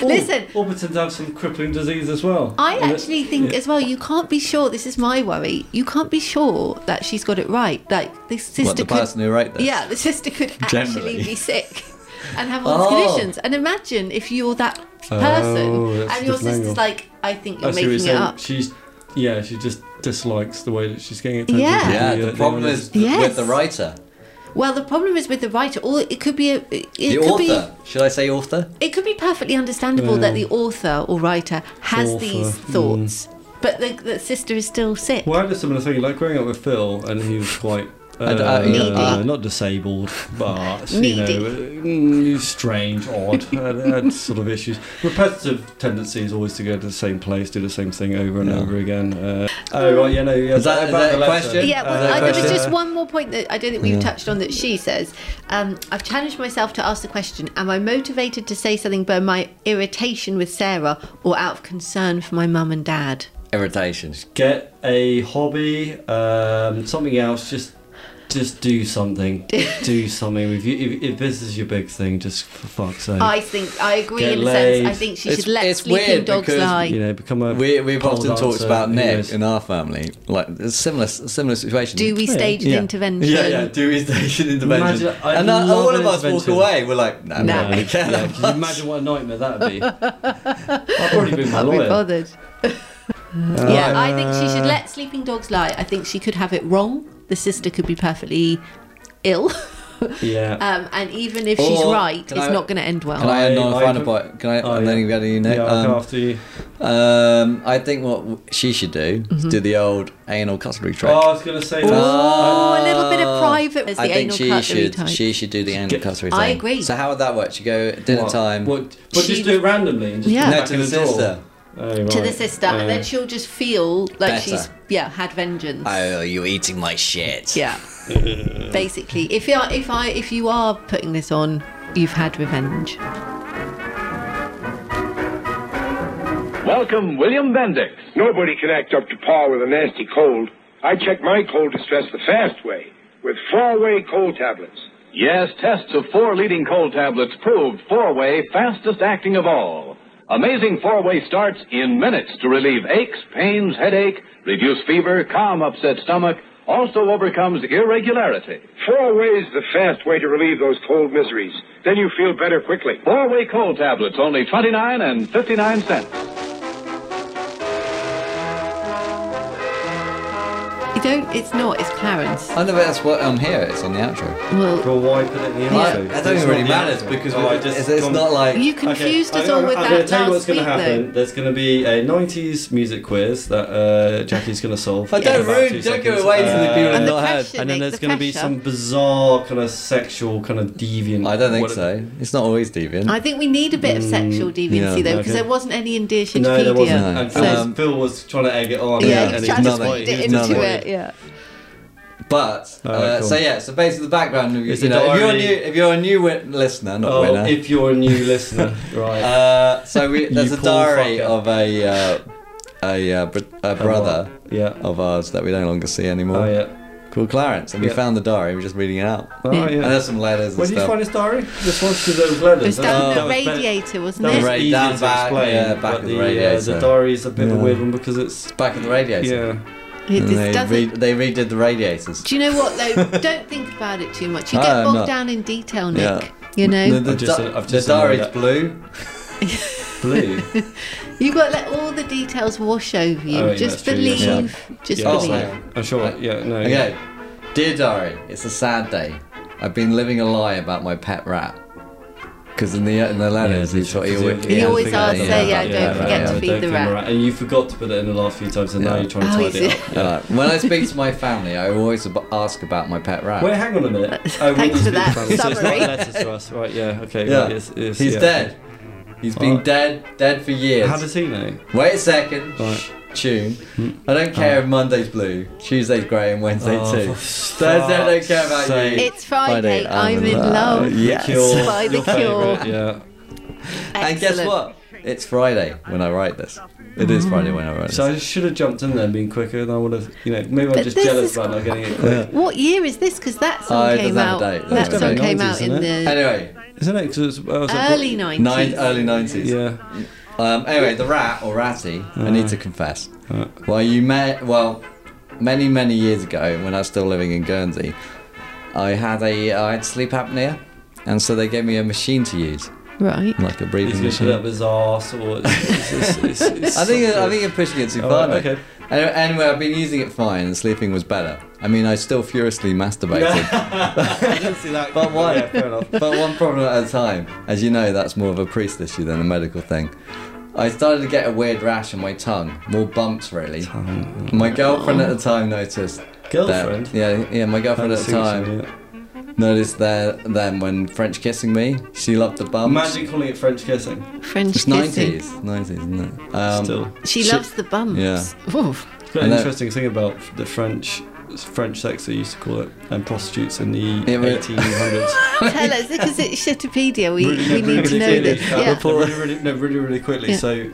[SPEAKER 3] Listen.
[SPEAKER 2] Or pretend to have some crippling disease as well.
[SPEAKER 3] I
[SPEAKER 2] And it-
[SPEAKER 3] actually think as well you can't be sure. This is my worry. You can't be sure that she's got it right. Like this sister
[SPEAKER 4] What the
[SPEAKER 3] could
[SPEAKER 4] person who wrote this?
[SPEAKER 3] Yeah, the sister could actually
[SPEAKER 4] Generally.
[SPEAKER 3] be sick and have all these
[SPEAKER 4] Oh.
[SPEAKER 3] conditions. And imagine if you're that person
[SPEAKER 2] Oh, that's
[SPEAKER 3] and
[SPEAKER 2] a
[SPEAKER 3] your
[SPEAKER 2] different
[SPEAKER 3] sister's
[SPEAKER 2] angle.
[SPEAKER 3] like, I think you're
[SPEAKER 2] I see what Oh, you're
[SPEAKER 3] making it
[SPEAKER 2] saying.
[SPEAKER 3] up.
[SPEAKER 2] She's, yeah, she just dislikes the way that she's getting attention.
[SPEAKER 3] Yeah.
[SPEAKER 2] from
[SPEAKER 4] Yeah,
[SPEAKER 2] uh,
[SPEAKER 4] the problem
[SPEAKER 2] audience.
[SPEAKER 4] is th-
[SPEAKER 3] Yes.
[SPEAKER 4] with the writer,
[SPEAKER 3] Well, the problem is with the writer, or it could be a, it
[SPEAKER 4] the
[SPEAKER 3] could
[SPEAKER 4] author. Should I say author?
[SPEAKER 3] be it could be perfectly understandable that
[SPEAKER 2] Yeah.
[SPEAKER 3] the author or writer has
[SPEAKER 2] Author,
[SPEAKER 3] these
[SPEAKER 2] mm.
[SPEAKER 3] thoughts. But the, the sister is still sick.
[SPEAKER 2] Well, I had a similar thing, like growing up with Phil, and he was quite. Uh,
[SPEAKER 4] I d- I- Needy.
[SPEAKER 2] uh, not disabled, but you know,
[SPEAKER 3] Needy.
[SPEAKER 2] uh, mm, he's strange, odd, had, had sort of issues. Repetitive tendencies always to go to the same place, do the same thing over and over again. Uh, oh right, yeah, no, yeah.
[SPEAKER 4] Is that- is
[SPEAKER 2] about
[SPEAKER 4] that
[SPEAKER 2] the
[SPEAKER 4] a
[SPEAKER 2] letter.
[SPEAKER 4] question?
[SPEAKER 3] Yeah, well,
[SPEAKER 4] Uh,
[SPEAKER 3] I, there was
[SPEAKER 4] question.
[SPEAKER 3] just one more point that I don't think we've touched on that she says. Um, I've challenged myself to ask the question Am I motivated to say something by my irritation with Sarah or out of concern for my mum and dad?
[SPEAKER 4] Irritation.
[SPEAKER 2] Get a hobby, um, something else. Just, just do something. do something. If, you, if, if this is your big thing, just for fuck's sake.
[SPEAKER 3] I think, I agree
[SPEAKER 2] Get
[SPEAKER 3] in a
[SPEAKER 2] laid.
[SPEAKER 3] sense. I think she
[SPEAKER 4] Hmm. It's-
[SPEAKER 3] should let
[SPEAKER 4] it's
[SPEAKER 3] sleeping
[SPEAKER 4] weird
[SPEAKER 3] dogs
[SPEAKER 4] because,
[SPEAKER 3] lie.
[SPEAKER 2] you know, become a.
[SPEAKER 4] We, we've
[SPEAKER 2] pole
[SPEAKER 4] often talked
[SPEAKER 2] dancer
[SPEAKER 4] about
[SPEAKER 2] who
[SPEAKER 4] Nick
[SPEAKER 2] is-
[SPEAKER 4] in our family, like a similar similar situation.
[SPEAKER 3] Do we stage an intervention?
[SPEAKER 4] Yeah, yeah. Do we stage an intervention?
[SPEAKER 2] Imagine- I'd
[SPEAKER 4] and that,
[SPEAKER 2] love an
[SPEAKER 4] all of us walk
[SPEAKER 2] intervention.
[SPEAKER 4] away. We're like, no,
[SPEAKER 3] No.
[SPEAKER 4] no, we
[SPEAKER 2] Yeah,
[SPEAKER 4] can't.
[SPEAKER 2] can you imagine what a nightmare that would be? I'd probably be my
[SPEAKER 3] Can't be
[SPEAKER 2] lawyer.
[SPEAKER 3] bothered.
[SPEAKER 4] Uh,
[SPEAKER 3] yeah, I think she should let sleeping dogs lie. I think she could have it wrong. The sister could be perfectly ill.
[SPEAKER 2] Yeah.
[SPEAKER 3] Um, and even if she's
[SPEAKER 4] Or-
[SPEAKER 3] right, it's
[SPEAKER 4] can I-
[SPEAKER 3] not going to end well.
[SPEAKER 4] Can I
[SPEAKER 2] I-
[SPEAKER 4] end on a
[SPEAKER 2] I don't-
[SPEAKER 4] final point? Can I?
[SPEAKER 2] Oh,
[SPEAKER 4] and then
[SPEAKER 2] yeah.
[SPEAKER 4] you go to you, Nick.
[SPEAKER 2] yeah, I'll
[SPEAKER 4] Um,
[SPEAKER 2] go after you.
[SPEAKER 4] um, I think what w- she should do is
[SPEAKER 3] Mm-hmm.
[SPEAKER 4] do the old anal cutlery trick. Ah.
[SPEAKER 2] Oh, I was going to say that.
[SPEAKER 3] Oh, a little bit of private as the
[SPEAKER 4] I think
[SPEAKER 3] anal
[SPEAKER 4] she
[SPEAKER 3] cutlery
[SPEAKER 4] should
[SPEAKER 3] type.
[SPEAKER 4] she should do the anal
[SPEAKER 2] Get-
[SPEAKER 4] cutlery.
[SPEAKER 3] I
[SPEAKER 4] thing.
[SPEAKER 3] agree.
[SPEAKER 4] So how would that work? She go at dinner
[SPEAKER 2] What?
[SPEAKER 4] time.
[SPEAKER 2] What, but
[SPEAKER 3] She-
[SPEAKER 2] just do it randomly and just
[SPEAKER 3] Yeah.
[SPEAKER 2] put it
[SPEAKER 4] No,
[SPEAKER 2] back
[SPEAKER 4] to
[SPEAKER 2] in
[SPEAKER 4] the
[SPEAKER 2] the, door.
[SPEAKER 4] sister.
[SPEAKER 2] Oh,
[SPEAKER 3] to the
[SPEAKER 2] right.
[SPEAKER 3] sister,
[SPEAKER 2] Oh.
[SPEAKER 3] and then she'll just feel like
[SPEAKER 4] Better.
[SPEAKER 3] she's yeah had vengeance.
[SPEAKER 4] Oh, you're eating my shit.
[SPEAKER 3] Yeah, basically, if you are if I if you are putting this on, you've had revenge.
[SPEAKER 9] Welcome, William Bendix.
[SPEAKER 10] Nobody can act up to par with a nasty cold. I check my cold distress the fast way with four-way cold tablets.
[SPEAKER 9] Yes, tests of four leading cold tablets proved four way fastest acting of all. Amazing four way starts in minutes to relieve aches, pains, headache, reduce fever, calm upset stomach, also overcomes irregularity.
[SPEAKER 10] Four ways the fast way to relieve those cold miseries. Then you feel better quickly.
[SPEAKER 9] Four way cold tablets, only 29 and 59 cents.
[SPEAKER 3] You don't. It's not. It's Clarence.
[SPEAKER 4] I know that's what I'm here. It's on the outro.
[SPEAKER 3] Well,
[SPEAKER 2] Well, why put it in the
[SPEAKER 3] Yeah.
[SPEAKER 2] outro?
[SPEAKER 4] That doesn't really matter because
[SPEAKER 2] Oh,
[SPEAKER 4] we- it's, it's not like
[SPEAKER 3] you confused us
[SPEAKER 2] I-
[SPEAKER 3] all
[SPEAKER 2] I-
[SPEAKER 3] with
[SPEAKER 2] I'm
[SPEAKER 3] that
[SPEAKER 2] gonna tell you
[SPEAKER 3] last
[SPEAKER 2] what's
[SPEAKER 3] week,
[SPEAKER 2] gonna happen.
[SPEAKER 3] though.
[SPEAKER 2] There's going to be a 90s music quiz that uh, Jackie's going to solve.
[SPEAKER 4] I
[SPEAKER 2] in
[SPEAKER 4] don't
[SPEAKER 2] about
[SPEAKER 4] ruin-
[SPEAKER 2] two
[SPEAKER 4] don't give
[SPEAKER 2] seconds. Uh,
[SPEAKER 4] away to the people
[SPEAKER 3] And
[SPEAKER 4] I've
[SPEAKER 3] the
[SPEAKER 4] not had.
[SPEAKER 3] pressure,
[SPEAKER 2] And then
[SPEAKER 3] Nick,
[SPEAKER 2] there's
[SPEAKER 3] the
[SPEAKER 2] going to be
[SPEAKER 3] pressure.
[SPEAKER 2] some bizarre kind of sexual kind of deviant.
[SPEAKER 4] I don't think
[SPEAKER 2] what-
[SPEAKER 4] so. It's not always deviant.
[SPEAKER 3] I think we need a bit of sexual deviancy
[SPEAKER 4] yeah,
[SPEAKER 3] though, because
[SPEAKER 2] Mm, okay.
[SPEAKER 3] there wasn't any in Dear Shakespeare.
[SPEAKER 2] No, there wasn't.
[SPEAKER 4] No.
[SPEAKER 2] And Phil, was-
[SPEAKER 4] Um,
[SPEAKER 2] Phil was trying to egg it on.
[SPEAKER 3] Yeah,
[SPEAKER 4] and
[SPEAKER 3] he's
[SPEAKER 4] it's
[SPEAKER 3] trying to
[SPEAKER 4] nothing.
[SPEAKER 3] feed it
[SPEAKER 4] It's
[SPEAKER 3] into
[SPEAKER 4] nothing.
[SPEAKER 3] it. Yeah.
[SPEAKER 4] But uh,
[SPEAKER 2] All right, cool.
[SPEAKER 4] so yeah, so basically the background. Of, you
[SPEAKER 2] It's a
[SPEAKER 4] know, if you're a
[SPEAKER 2] diary.
[SPEAKER 4] new, if you're a new win- listener, not
[SPEAKER 2] Oh,
[SPEAKER 4] winner.
[SPEAKER 2] if you're a new listener, right?
[SPEAKER 4] uh, so we, there's
[SPEAKER 2] You
[SPEAKER 4] a
[SPEAKER 2] poor
[SPEAKER 4] diary
[SPEAKER 2] fucker.
[SPEAKER 4] of a uh, a, uh, br- a brother
[SPEAKER 2] yeah.
[SPEAKER 4] of ours that we no longer see anymore.
[SPEAKER 2] Oh yeah.
[SPEAKER 4] Called Clarence, and we
[SPEAKER 2] Yeah.
[SPEAKER 4] found the diary. We're just reading it out.
[SPEAKER 2] Oh yeah.
[SPEAKER 4] And there's some letters and
[SPEAKER 2] Where did you
[SPEAKER 4] stuff.
[SPEAKER 2] find this diary? This one's to those letters.
[SPEAKER 3] It was
[SPEAKER 2] That-
[SPEAKER 3] down
[SPEAKER 2] that
[SPEAKER 3] the
[SPEAKER 2] was better-
[SPEAKER 3] radiator, wasn't
[SPEAKER 2] That
[SPEAKER 3] it?
[SPEAKER 2] was
[SPEAKER 4] Right,
[SPEAKER 2] easier
[SPEAKER 4] down
[SPEAKER 2] to
[SPEAKER 4] back,
[SPEAKER 2] explain,
[SPEAKER 4] yeah, back
[SPEAKER 2] but
[SPEAKER 4] of the
[SPEAKER 2] the, Uh,
[SPEAKER 4] radiator.
[SPEAKER 2] the diary is a bit of
[SPEAKER 4] Yeah.
[SPEAKER 2] a weird one because it's
[SPEAKER 4] Back at the radiator.
[SPEAKER 2] yeah.
[SPEAKER 3] It
[SPEAKER 4] And
[SPEAKER 3] just
[SPEAKER 4] they,
[SPEAKER 3] doesn't-
[SPEAKER 4] re- they redid the radiators.
[SPEAKER 3] Do you know what though? Don't think about it too much. You
[SPEAKER 4] I
[SPEAKER 3] get
[SPEAKER 4] am
[SPEAKER 3] bogged
[SPEAKER 4] not.
[SPEAKER 3] down in detail, Nick.
[SPEAKER 4] Yeah.
[SPEAKER 3] You know,
[SPEAKER 4] The, the,
[SPEAKER 2] I've just-
[SPEAKER 4] di-
[SPEAKER 2] I've
[SPEAKER 4] the
[SPEAKER 2] just
[SPEAKER 4] diary's
[SPEAKER 2] annoyed
[SPEAKER 4] blue.
[SPEAKER 2] Blue.
[SPEAKER 3] you got to let all the details wash over you.
[SPEAKER 2] Oh, yeah,
[SPEAKER 3] just
[SPEAKER 2] that's true, yeah.
[SPEAKER 3] believe. Just
[SPEAKER 2] Yeah,
[SPEAKER 4] Oh,
[SPEAKER 3] believe.
[SPEAKER 4] sorry.
[SPEAKER 2] I'm sure. Yeah. No.
[SPEAKER 4] Okay. Dear Diary, it's a sad day. I've been living a lie about my pet rat. Because in the uh, in the letters,
[SPEAKER 2] Yeah,
[SPEAKER 4] it's what he,
[SPEAKER 2] because
[SPEAKER 4] always
[SPEAKER 2] he-
[SPEAKER 3] he always
[SPEAKER 4] yeah,
[SPEAKER 3] asks,
[SPEAKER 4] yeah,
[SPEAKER 3] uh, yeah,
[SPEAKER 4] yeah,
[SPEAKER 3] don't
[SPEAKER 4] yeah,
[SPEAKER 3] forget
[SPEAKER 4] yeah.
[SPEAKER 3] to feed the
[SPEAKER 2] feed
[SPEAKER 3] rat.
[SPEAKER 2] And you forgot to put it in the last few times, and now
[SPEAKER 4] Yeah.
[SPEAKER 2] you're trying to
[SPEAKER 3] Oh,
[SPEAKER 2] tidy
[SPEAKER 3] is
[SPEAKER 2] it
[SPEAKER 3] it?
[SPEAKER 2] up.
[SPEAKER 4] Alright, when I speak to my family, I always ab- ask about my pet rat.
[SPEAKER 2] Wait, hang on a minute. Oh, we
[SPEAKER 3] Thanks
[SPEAKER 2] need
[SPEAKER 3] for
[SPEAKER 2] to be
[SPEAKER 3] that
[SPEAKER 2] friendly. So it's not
[SPEAKER 3] summary.
[SPEAKER 2] a letter to us, right? Yeah. Okay.
[SPEAKER 4] yeah,
[SPEAKER 2] right, it's- it's-
[SPEAKER 4] he's
[SPEAKER 2] yeah.
[SPEAKER 4] dead. He's been
[SPEAKER 2] Alright.
[SPEAKER 4] dead, dead for years.
[SPEAKER 2] How does he know?
[SPEAKER 4] Wait a second.
[SPEAKER 2] Right. Hmm.
[SPEAKER 4] Shh, Tune. I don't care if Monday's blue, Tuesday's grey, and Wednesday
[SPEAKER 2] Oh, for
[SPEAKER 4] too. Thursday, I don't care about
[SPEAKER 2] fuck's
[SPEAKER 4] you.
[SPEAKER 2] sake.
[SPEAKER 3] It's Friday. I'm in love.
[SPEAKER 4] Yes.
[SPEAKER 2] Cure,
[SPEAKER 3] By the
[SPEAKER 2] your favourite,
[SPEAKER 3] Cure.
[SPEAKER 2] Yeah.
[SPEAKER 4] And guess
[SPEAKER 3] Excellent.
[SPEAKER 4] what? It's Friday when I write this. It is Friday when I write this.
[SPEAKER 2] So I should have jumped in there and been quicker, and I would have, you know, maybe
[SPEAKER 3] But
[SPEAKER 2] I'm just
[SPEAKER 3] this
[SPEAKER 2] jealous
[SPEAKER 3] is
[SPEAKER 2] about not getting it quick.
[SPEAKER 3] What year is this? Because that song
[SPEAKER 4] Oh, it
[SPEAKER 3] came
[SPEAKER 4] doesn't
[SPEAKER 3] out.
[SPEAKER 4] have a date,
[SPEAKER 3] That
[SPEAKER 4] doesn't it?
[SPEAKER 3] song came out
[SPEAKER 2] 90s,
[SPEAKER 3] in the
[SPEAKER 4] anyway,
[SPEAKER 2] Isn't it? 'Cause it's- I was like,
[SPEAKER 3] early
[SPEAKER 4] nine,
[SPEAKER 3] nineties.
[SPEAKER 4] early 90s.
[SPEAKER 2] Yeah. Uh-huh.
[SPEAKER 4] Um, anyway, the rat or ratty, I need to confess.
[SPEAKER 2] Uh.
[SPEAKER 4] Well, you met. Well, many many years ago, when I was still living in Guernsey, I had a uh, I had sleep apnea, and so they gave me a machine to use,
[SPEAKER 3] Right.
[SPEAKER 4] like a
[SPEAKER 2] He's
[SPEAKER 4] breathing
[SPEAKER 2] going to put
[SPEAKER 4] machine.
[SPEAKER 2] up his arse or. It's, it's, it's, it's
[SPEAKER 4] I think I
[SPEAKER 2] something.
[SPEAKER 4] think you're pushing it too
[SPEAKER 2] Oh,
[SPEAKER 4] far.
[SPEAKER 2] right,
[SPEAKER 4] though.
[SPEAKER 2] okay.
[SPEAKER 4] Anyway, anyway, I've been using it fine, and sleeping was better. I mean, I still furiously masturbated, but one
[SPEAKER 2] Yeah, fair enough.
[SPEAKER 4] but one problem at a time. As you know, that's more of a priest issue than a medical thing. I started to get a weird rash on my tongue, more bumps really. My girlfriend at the time noticed. that-
[SPEAKER 2] Girlfriend?
[SPEAKER 4] yeah, yeah. My girlfriend at the time noticed that then when French kissing me, she loved the bumps.
[SPEAKER 2] Imagine calling it French kissing.
[SPEAKER 3] French
[SPEAKER 4] It's
[SPEAKER 3] kissing.
[SPEAKER 4] nineties, nineties, isn't it? Um,
[SPEAKER 2] Still.
[SPEAKER 3] She loves the bumps.
[SPEAKER 4] Yeah.
[SPEAKER 3] Oof.
[SPEAKER 2] It's got an
[SPEAKER 4] And that-
[SPEAKER 2] interesting thing about the French French sex they used to call it and prostitutes in the
[SPEAKER 4] Yeah, but-
[SPEAKER 2] 1800s.
[SPEAKER 3] Tell us because it's Shitopedia. We, we
[SPEAKER 2] really,
[SPEAKER 3] need to know
[SPEAKER 2] really,
[SPEAKER 3] this.
[SPEAKER 2] quickly,
[SPEAKER 3] Yeah.
[SPEAKER 2] uh, really, really, no, really, really quickly.
[SPEAKER 3] Yeah.
[SPEAKER 2] So,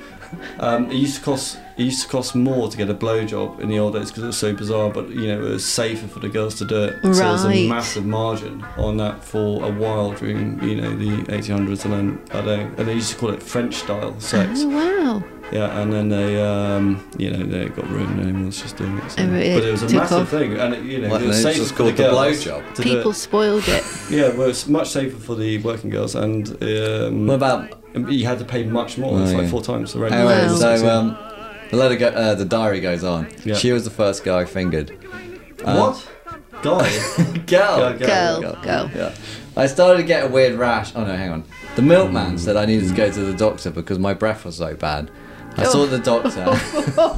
[SPEAKER 2] um, it used to cost it used to cost more to get a blowjob in the old days because it was so bizarre. But you know, it was safer for the girls to do it. So there's a
[SPEAKER 3] Right.
[SPEAKER 2] massive margin on that for a while during you know the 1800s, and then I don't. And they used to call it French style sex.
[SPEAKER 3] Oh wow.
[SPEAKER 2] Yeah, and then they, um, you know, they got ruined and everyone was just doing it. So.
[SPEAKER 3] Oh, it
[SPEAKER 2] but it was a
[SPEAKER 3] took
[SPEAKER 2] massive
[SPEAKER 3] off.
[SPEAKER 2] thing, and it, you know,
[SPEAKER 4] What,
[SPEAKER 2] it was
[SPEAKER 4] and it's
[SPEAKER 2] safer
[SPEAKER 4] just
[SPEAKER 2] for
[SPEAKER 4] called
[SPEAKER 2] the
[SPEAKER 4] the
[SPEAKER 2] girls
[SPEAKER 4] blowjob?
[SPEAKER 2] to do it.
[SPEAKER 3] People spoiled it.
[SPEAKER 2] Yeah, well, it's much safer for the working girls, and um,
[SPEAKER 4] What about?
[SPEAKER 2] you had to pay much more. it's
[SPEAKER 4] Oh,
[SPEAKER 2] like
[SPEAKER 4] yeah.
[SPEAKER 2] four times the rate.
[SPEAKER 4] Anyway,
[SPEAKER 3] Wow.
[SPEAKER 4] so um, the letter go, uh, the diary goes on.
[SPEAKER 2] Yeah.
[SPEAKER 4] She was the first girl I fingered. uh,
[SPEAKER 2] what? Guy?
[SPEAKER 4] Girl.
[SPEAKER 3] Girl, girl.
[SPEAKER 4] Yeah. I started to get a weird rash. Oh no, hang on. The milkman said I needed to go to the doctor because my breath was so bad. I saw the doctor.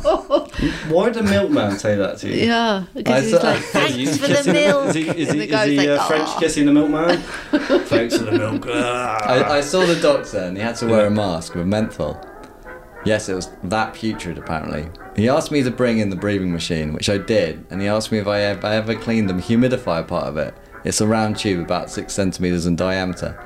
[SPEAKER 2] Why did a milkman say that to you?
[SPEAKER 3] Yeah.
[SPEAKER 4] I
[SPEAKER 3] Because he's
[SPEAKER 4] saw-
[SPEAKER 3] like,
[SPEAKER 2] Is he
[SPEAKER 3] thanks for the
[SPEAKER 2] kissing
[SPEAKER 3] milk.
[SPEAKER 2] Is he, is
[SPEAKER 3] and
[SPEAKER 2] he,
[SPEAKER 3] the
[SPEAKER 2] is
[SPEAKER 3] guy's
[SPEAKER 2] he
[SPEAKER 3] like,
[SPEAKER 2] uh,
[SPEAKER 3] "Oh."
[SPEAKER 2] French kissing the milkman? Thanks for the milk. Ah.
[SPEAKER 4] I, I saw the doctor and he had to wear a mask with menthol. Yes, it was that putrid apparently. He asked me to bring in the breathing machine, which I did, and he asked me if I, if I ever cleaned the humidifier part of it. It's a round tube about six centimeters in diameter.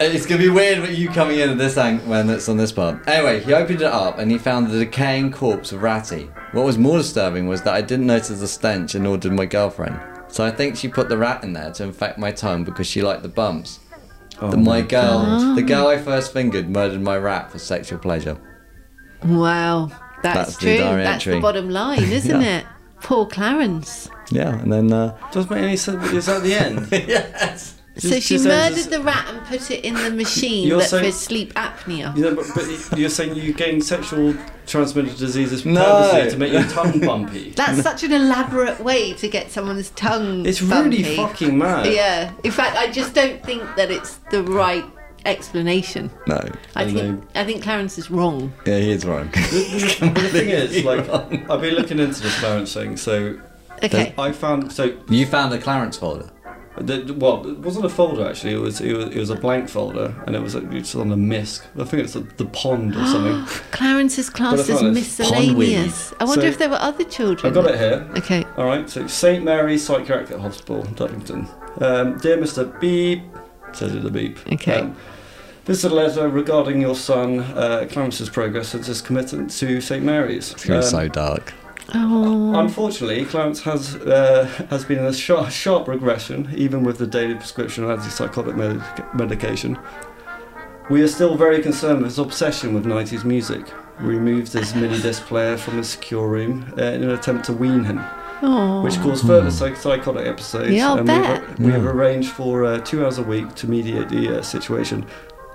[SPEAKER 4] And It's gonna be weird with you coming in at this ang- when it's on this part. Anyway, he opened it up and he found the decaying corpse of Ratty. What was more disturbing was that I didn't notice the stench, and nor did my girlfriend. So I think she put the rat in there to infect my tongue because she liked the bumps. The- Oh my girl, the girl I first fingered, murdered my rat for sexual pleasure.
[SPEAKER 3] Wow, that's,
[SPEAKER 4] That's the
[SPEAKER 3] true.
[SPEAKER 4] diary
[SPEAKER 3] that's
[SPEAKER 4] entry.
[SPEAKER 3] the bottom line, isn't it? Poor Clarence.
[SPEAKER 4] Yeah, and then uh,
[SPEAKER 2] Doesn't make any sense. Is that the end?
[SPEAKER 3] so
[SPEAKER 2] Just-
[SPEAKER 3] she
[SPEAKER 2] just ends
[SPEAKER 3] murdered
[SPEAKER 2] as-
[SPEAKER 3] the rat and put it in the machine
[SPEAKER 2] You're
[SPEAKER 3] that
[SPEAKER 2] so-
[SPEAKER 3] for sleep apnea.
[SPEAKER 2] You know, but, but you're saying you gain sexual transmitted diseases
[SPEAKER 4] No.
[SPEAKER 2] purposely to make your tongue bumpy.
[SPEAKER 3] That's such an elaborate way to get someone's tongue.
[SPEAKER 2] It's really
[SPEAKER 3] bumpy.
[SPEAKER 2] fucking mad.
[SPEAKER 3] Yeah. In fact, I just don't think that it's the right explanation.
[SPEAKER 4] no,
[SPEAKER 3] I
[SPEAKER 2] And
[SPEAKER 3] think I think Clarence is wrong.
[SPEAKER 4] yeah, he is wrong.
[SPEAKER 2] But the thing is, like, I've been looking into this Clarence thing, so
[SPEAKER 3] Okay.
[SPEAKER 2] I found so
[SPEAKER 4] you found the Clarence folder.
[SPEAKER 2] the, well, it wasn't a folder actually. It was it was, it was a blank folder, and it was like, it's on a misc. I think it's the, the pond or something.
[SPEAKER 3] Clarence is
[SPEAKER 2] But I
[SPEAKER 3] classed
[SPEAKER 2] found
[SPEAKER 3] as
[SPEAKER 2] it's pond weed.
[SPEAKER 3] miscellaneous. I wonder
[SPEAKER 2] So-
[SPEAKER 3] if there were other
[SPEAKER 2] I
[SPEAKER 3] children.
[SPEAKER 2] got it here.
[SPEAKER 3] Okay.
[SPEAKER 2] All right, so St Mary's Psychiatric Hospital, Dublin. Um, dear Mr. Beep, says it the beep.
[SPEAKER 3] Okay.
[SPEAKER 2] Um, this is a letter regarding your son uh, Clarence's progress since his commitment to St Mary's.
[SPEAKER 4] It's going
[SPEAKER 2] Um,
[SPEAKER 4] so dark.
[SPEAKER 3] Oh.
[SPEAKER 2] Unfortunately, Clarence has uh, has been in a sharp, sharp regression, even with the daily prescription of antipsychotic medic- medication. We are still very concerned with his obsession with 90s music. We removed his mini disc player from his secure room uh, in an attempt to wean him,
[SPEAKER 3] Oh.
[SPEAKER 2] which caused further psych- psychotic episodes.
[SPEAKER 3] Yeah, I'll
[SPEAKER 2] and we've-
[SPEAKER 3] bet.
[SPEAKER 2] We, have arranged for uh, two hours a week to mediate the uh, situation.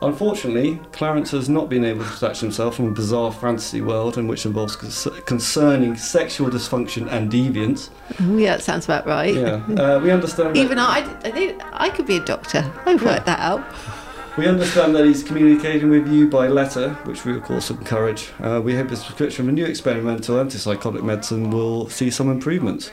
[SPEAKER 2] Unfortunately, Clarence has not been able to detach himself from a bizarre fantasy world in which involves cons- concerning sexual dysfunction and deviance.
[SPEAKER 3] Yeah, that sounds about right.
[SPEAKER 2] Yeah, uh, we understand. That,
[SPEAKER 3] Even I, I think I could be a doctor. I worked that out.
[SPEAKER 2] we understand that he's communicating with you by letter, which we of course encourage. Uh, we hope his prescription of a new experimental antipsychotic medicine will see some improvements.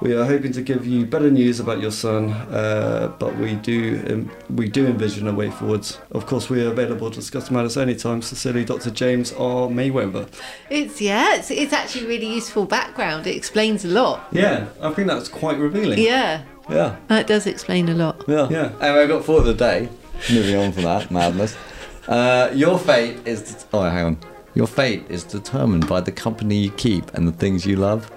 [SPEAKER 2] We are hoping to give you better news about your son, uh, but we do um, we do envision a way forwards. Of course, we are available to discuss matters anytime. Sincerely, Dr. James R. Mayweather.
[SPEAKER 3] It's yeah, it's, it's actually really useful background. It explains a lot.
[SPEAKER 2] Yeah, I think that's quite revealing.
[SPEAKER 3] Yeah,
[SPEAKER 4] Yeah,
[SPEAKER 3] that does explain a lot.
[SPEAKER 4] yeah,
[SPEAKER 2] Yeah.
[SPEAKER 4] Anyway, I got thought of the day. Moving on from that madness. Uh, your fate is. Det- oh, hang on. Your fate is determined by the company you keep and the things you love.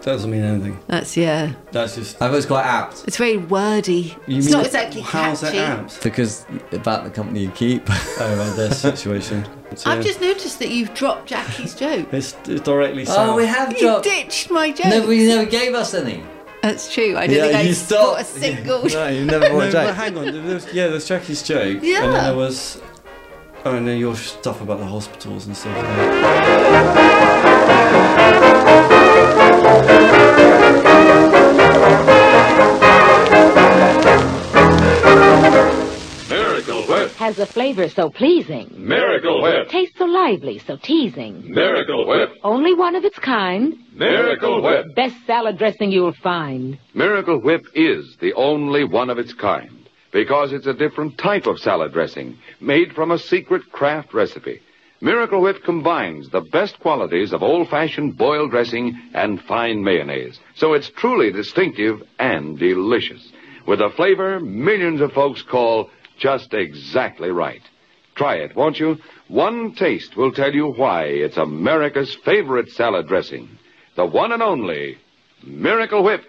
[SPEAKER 2] Doesn't mean anything.
[SPEAKER 3] That's yeah.
[SPEAKER 2] That's just.
[SPEAKER 4] I thought it was quite apt
[SPEAKER 3] It's very wordy.
[SPEAKER 2] You
[SPEAKER 3] it's
[SPEAKER 2] mean-
[SPEAKER 3] not exactly
[SPEAKER 2] How's
[SPEAKER 3] catchy.
[SPEAKER 2] that out?
[SPEAKER 4] because about the company you keep.
[SPEAKER 2] Oh, right, their situation. So, yeah.
[SPEAKER 3] I've just noticed that you've dropped Jackie's joke.
[SPEAKER 2] It's, it's directly south.
[SPEAKER 4] oh, we have
[SPEAKER 3] You
[SPEAKER 4] dropped.
[SPEAKER 3] ditched my joke.
[SPEAKER 4] No, you never gave us any.
[SPEAKER 3] That's true. I don't think I bought a single.
[SPEAKER 4] No, you never
[SPEAKER 2] no,
[SPEAKER 4] bought a
[SPEAKER 2] but
[SPEAKER 4] joke.
[SPEAKER 2] hang on. There was, yeah, there's Jackie's joke.
[SPEAKER 3] Yeah.
[SPEAKER 2] And then there was. Oh, and then your stuff about the hospitals and stuff.
[SPEAKER 9] Miracle work.
[SPEAKER 11] has a flavor so pleasing.
[SPEAKER 8] Miracle Whip.
[SPEAKER 11] Tastes so lively, so teasing.
[SPEAKER 8] Miracle Whip.
[SPEAKER 11] Only one of its kind.
[SPEAKER 8] Miracle Whip.
[SPEAKER 11] Best salad dressing you'll find.
[SPEAKER 8] Miracle Whip is the only one of its kind because it's a different type of salad dressing made from a secret craft recipe. Miracle Whip combines the best qualities of old fashioned boiled dressing and fine mayonnaise, so it's truly distinctive and delicious. With a flavor millions of folks call just exactly right. Try it, won't you? One taste will tell you why it's America's favorite salad dressing. The one and only Miracle Whip.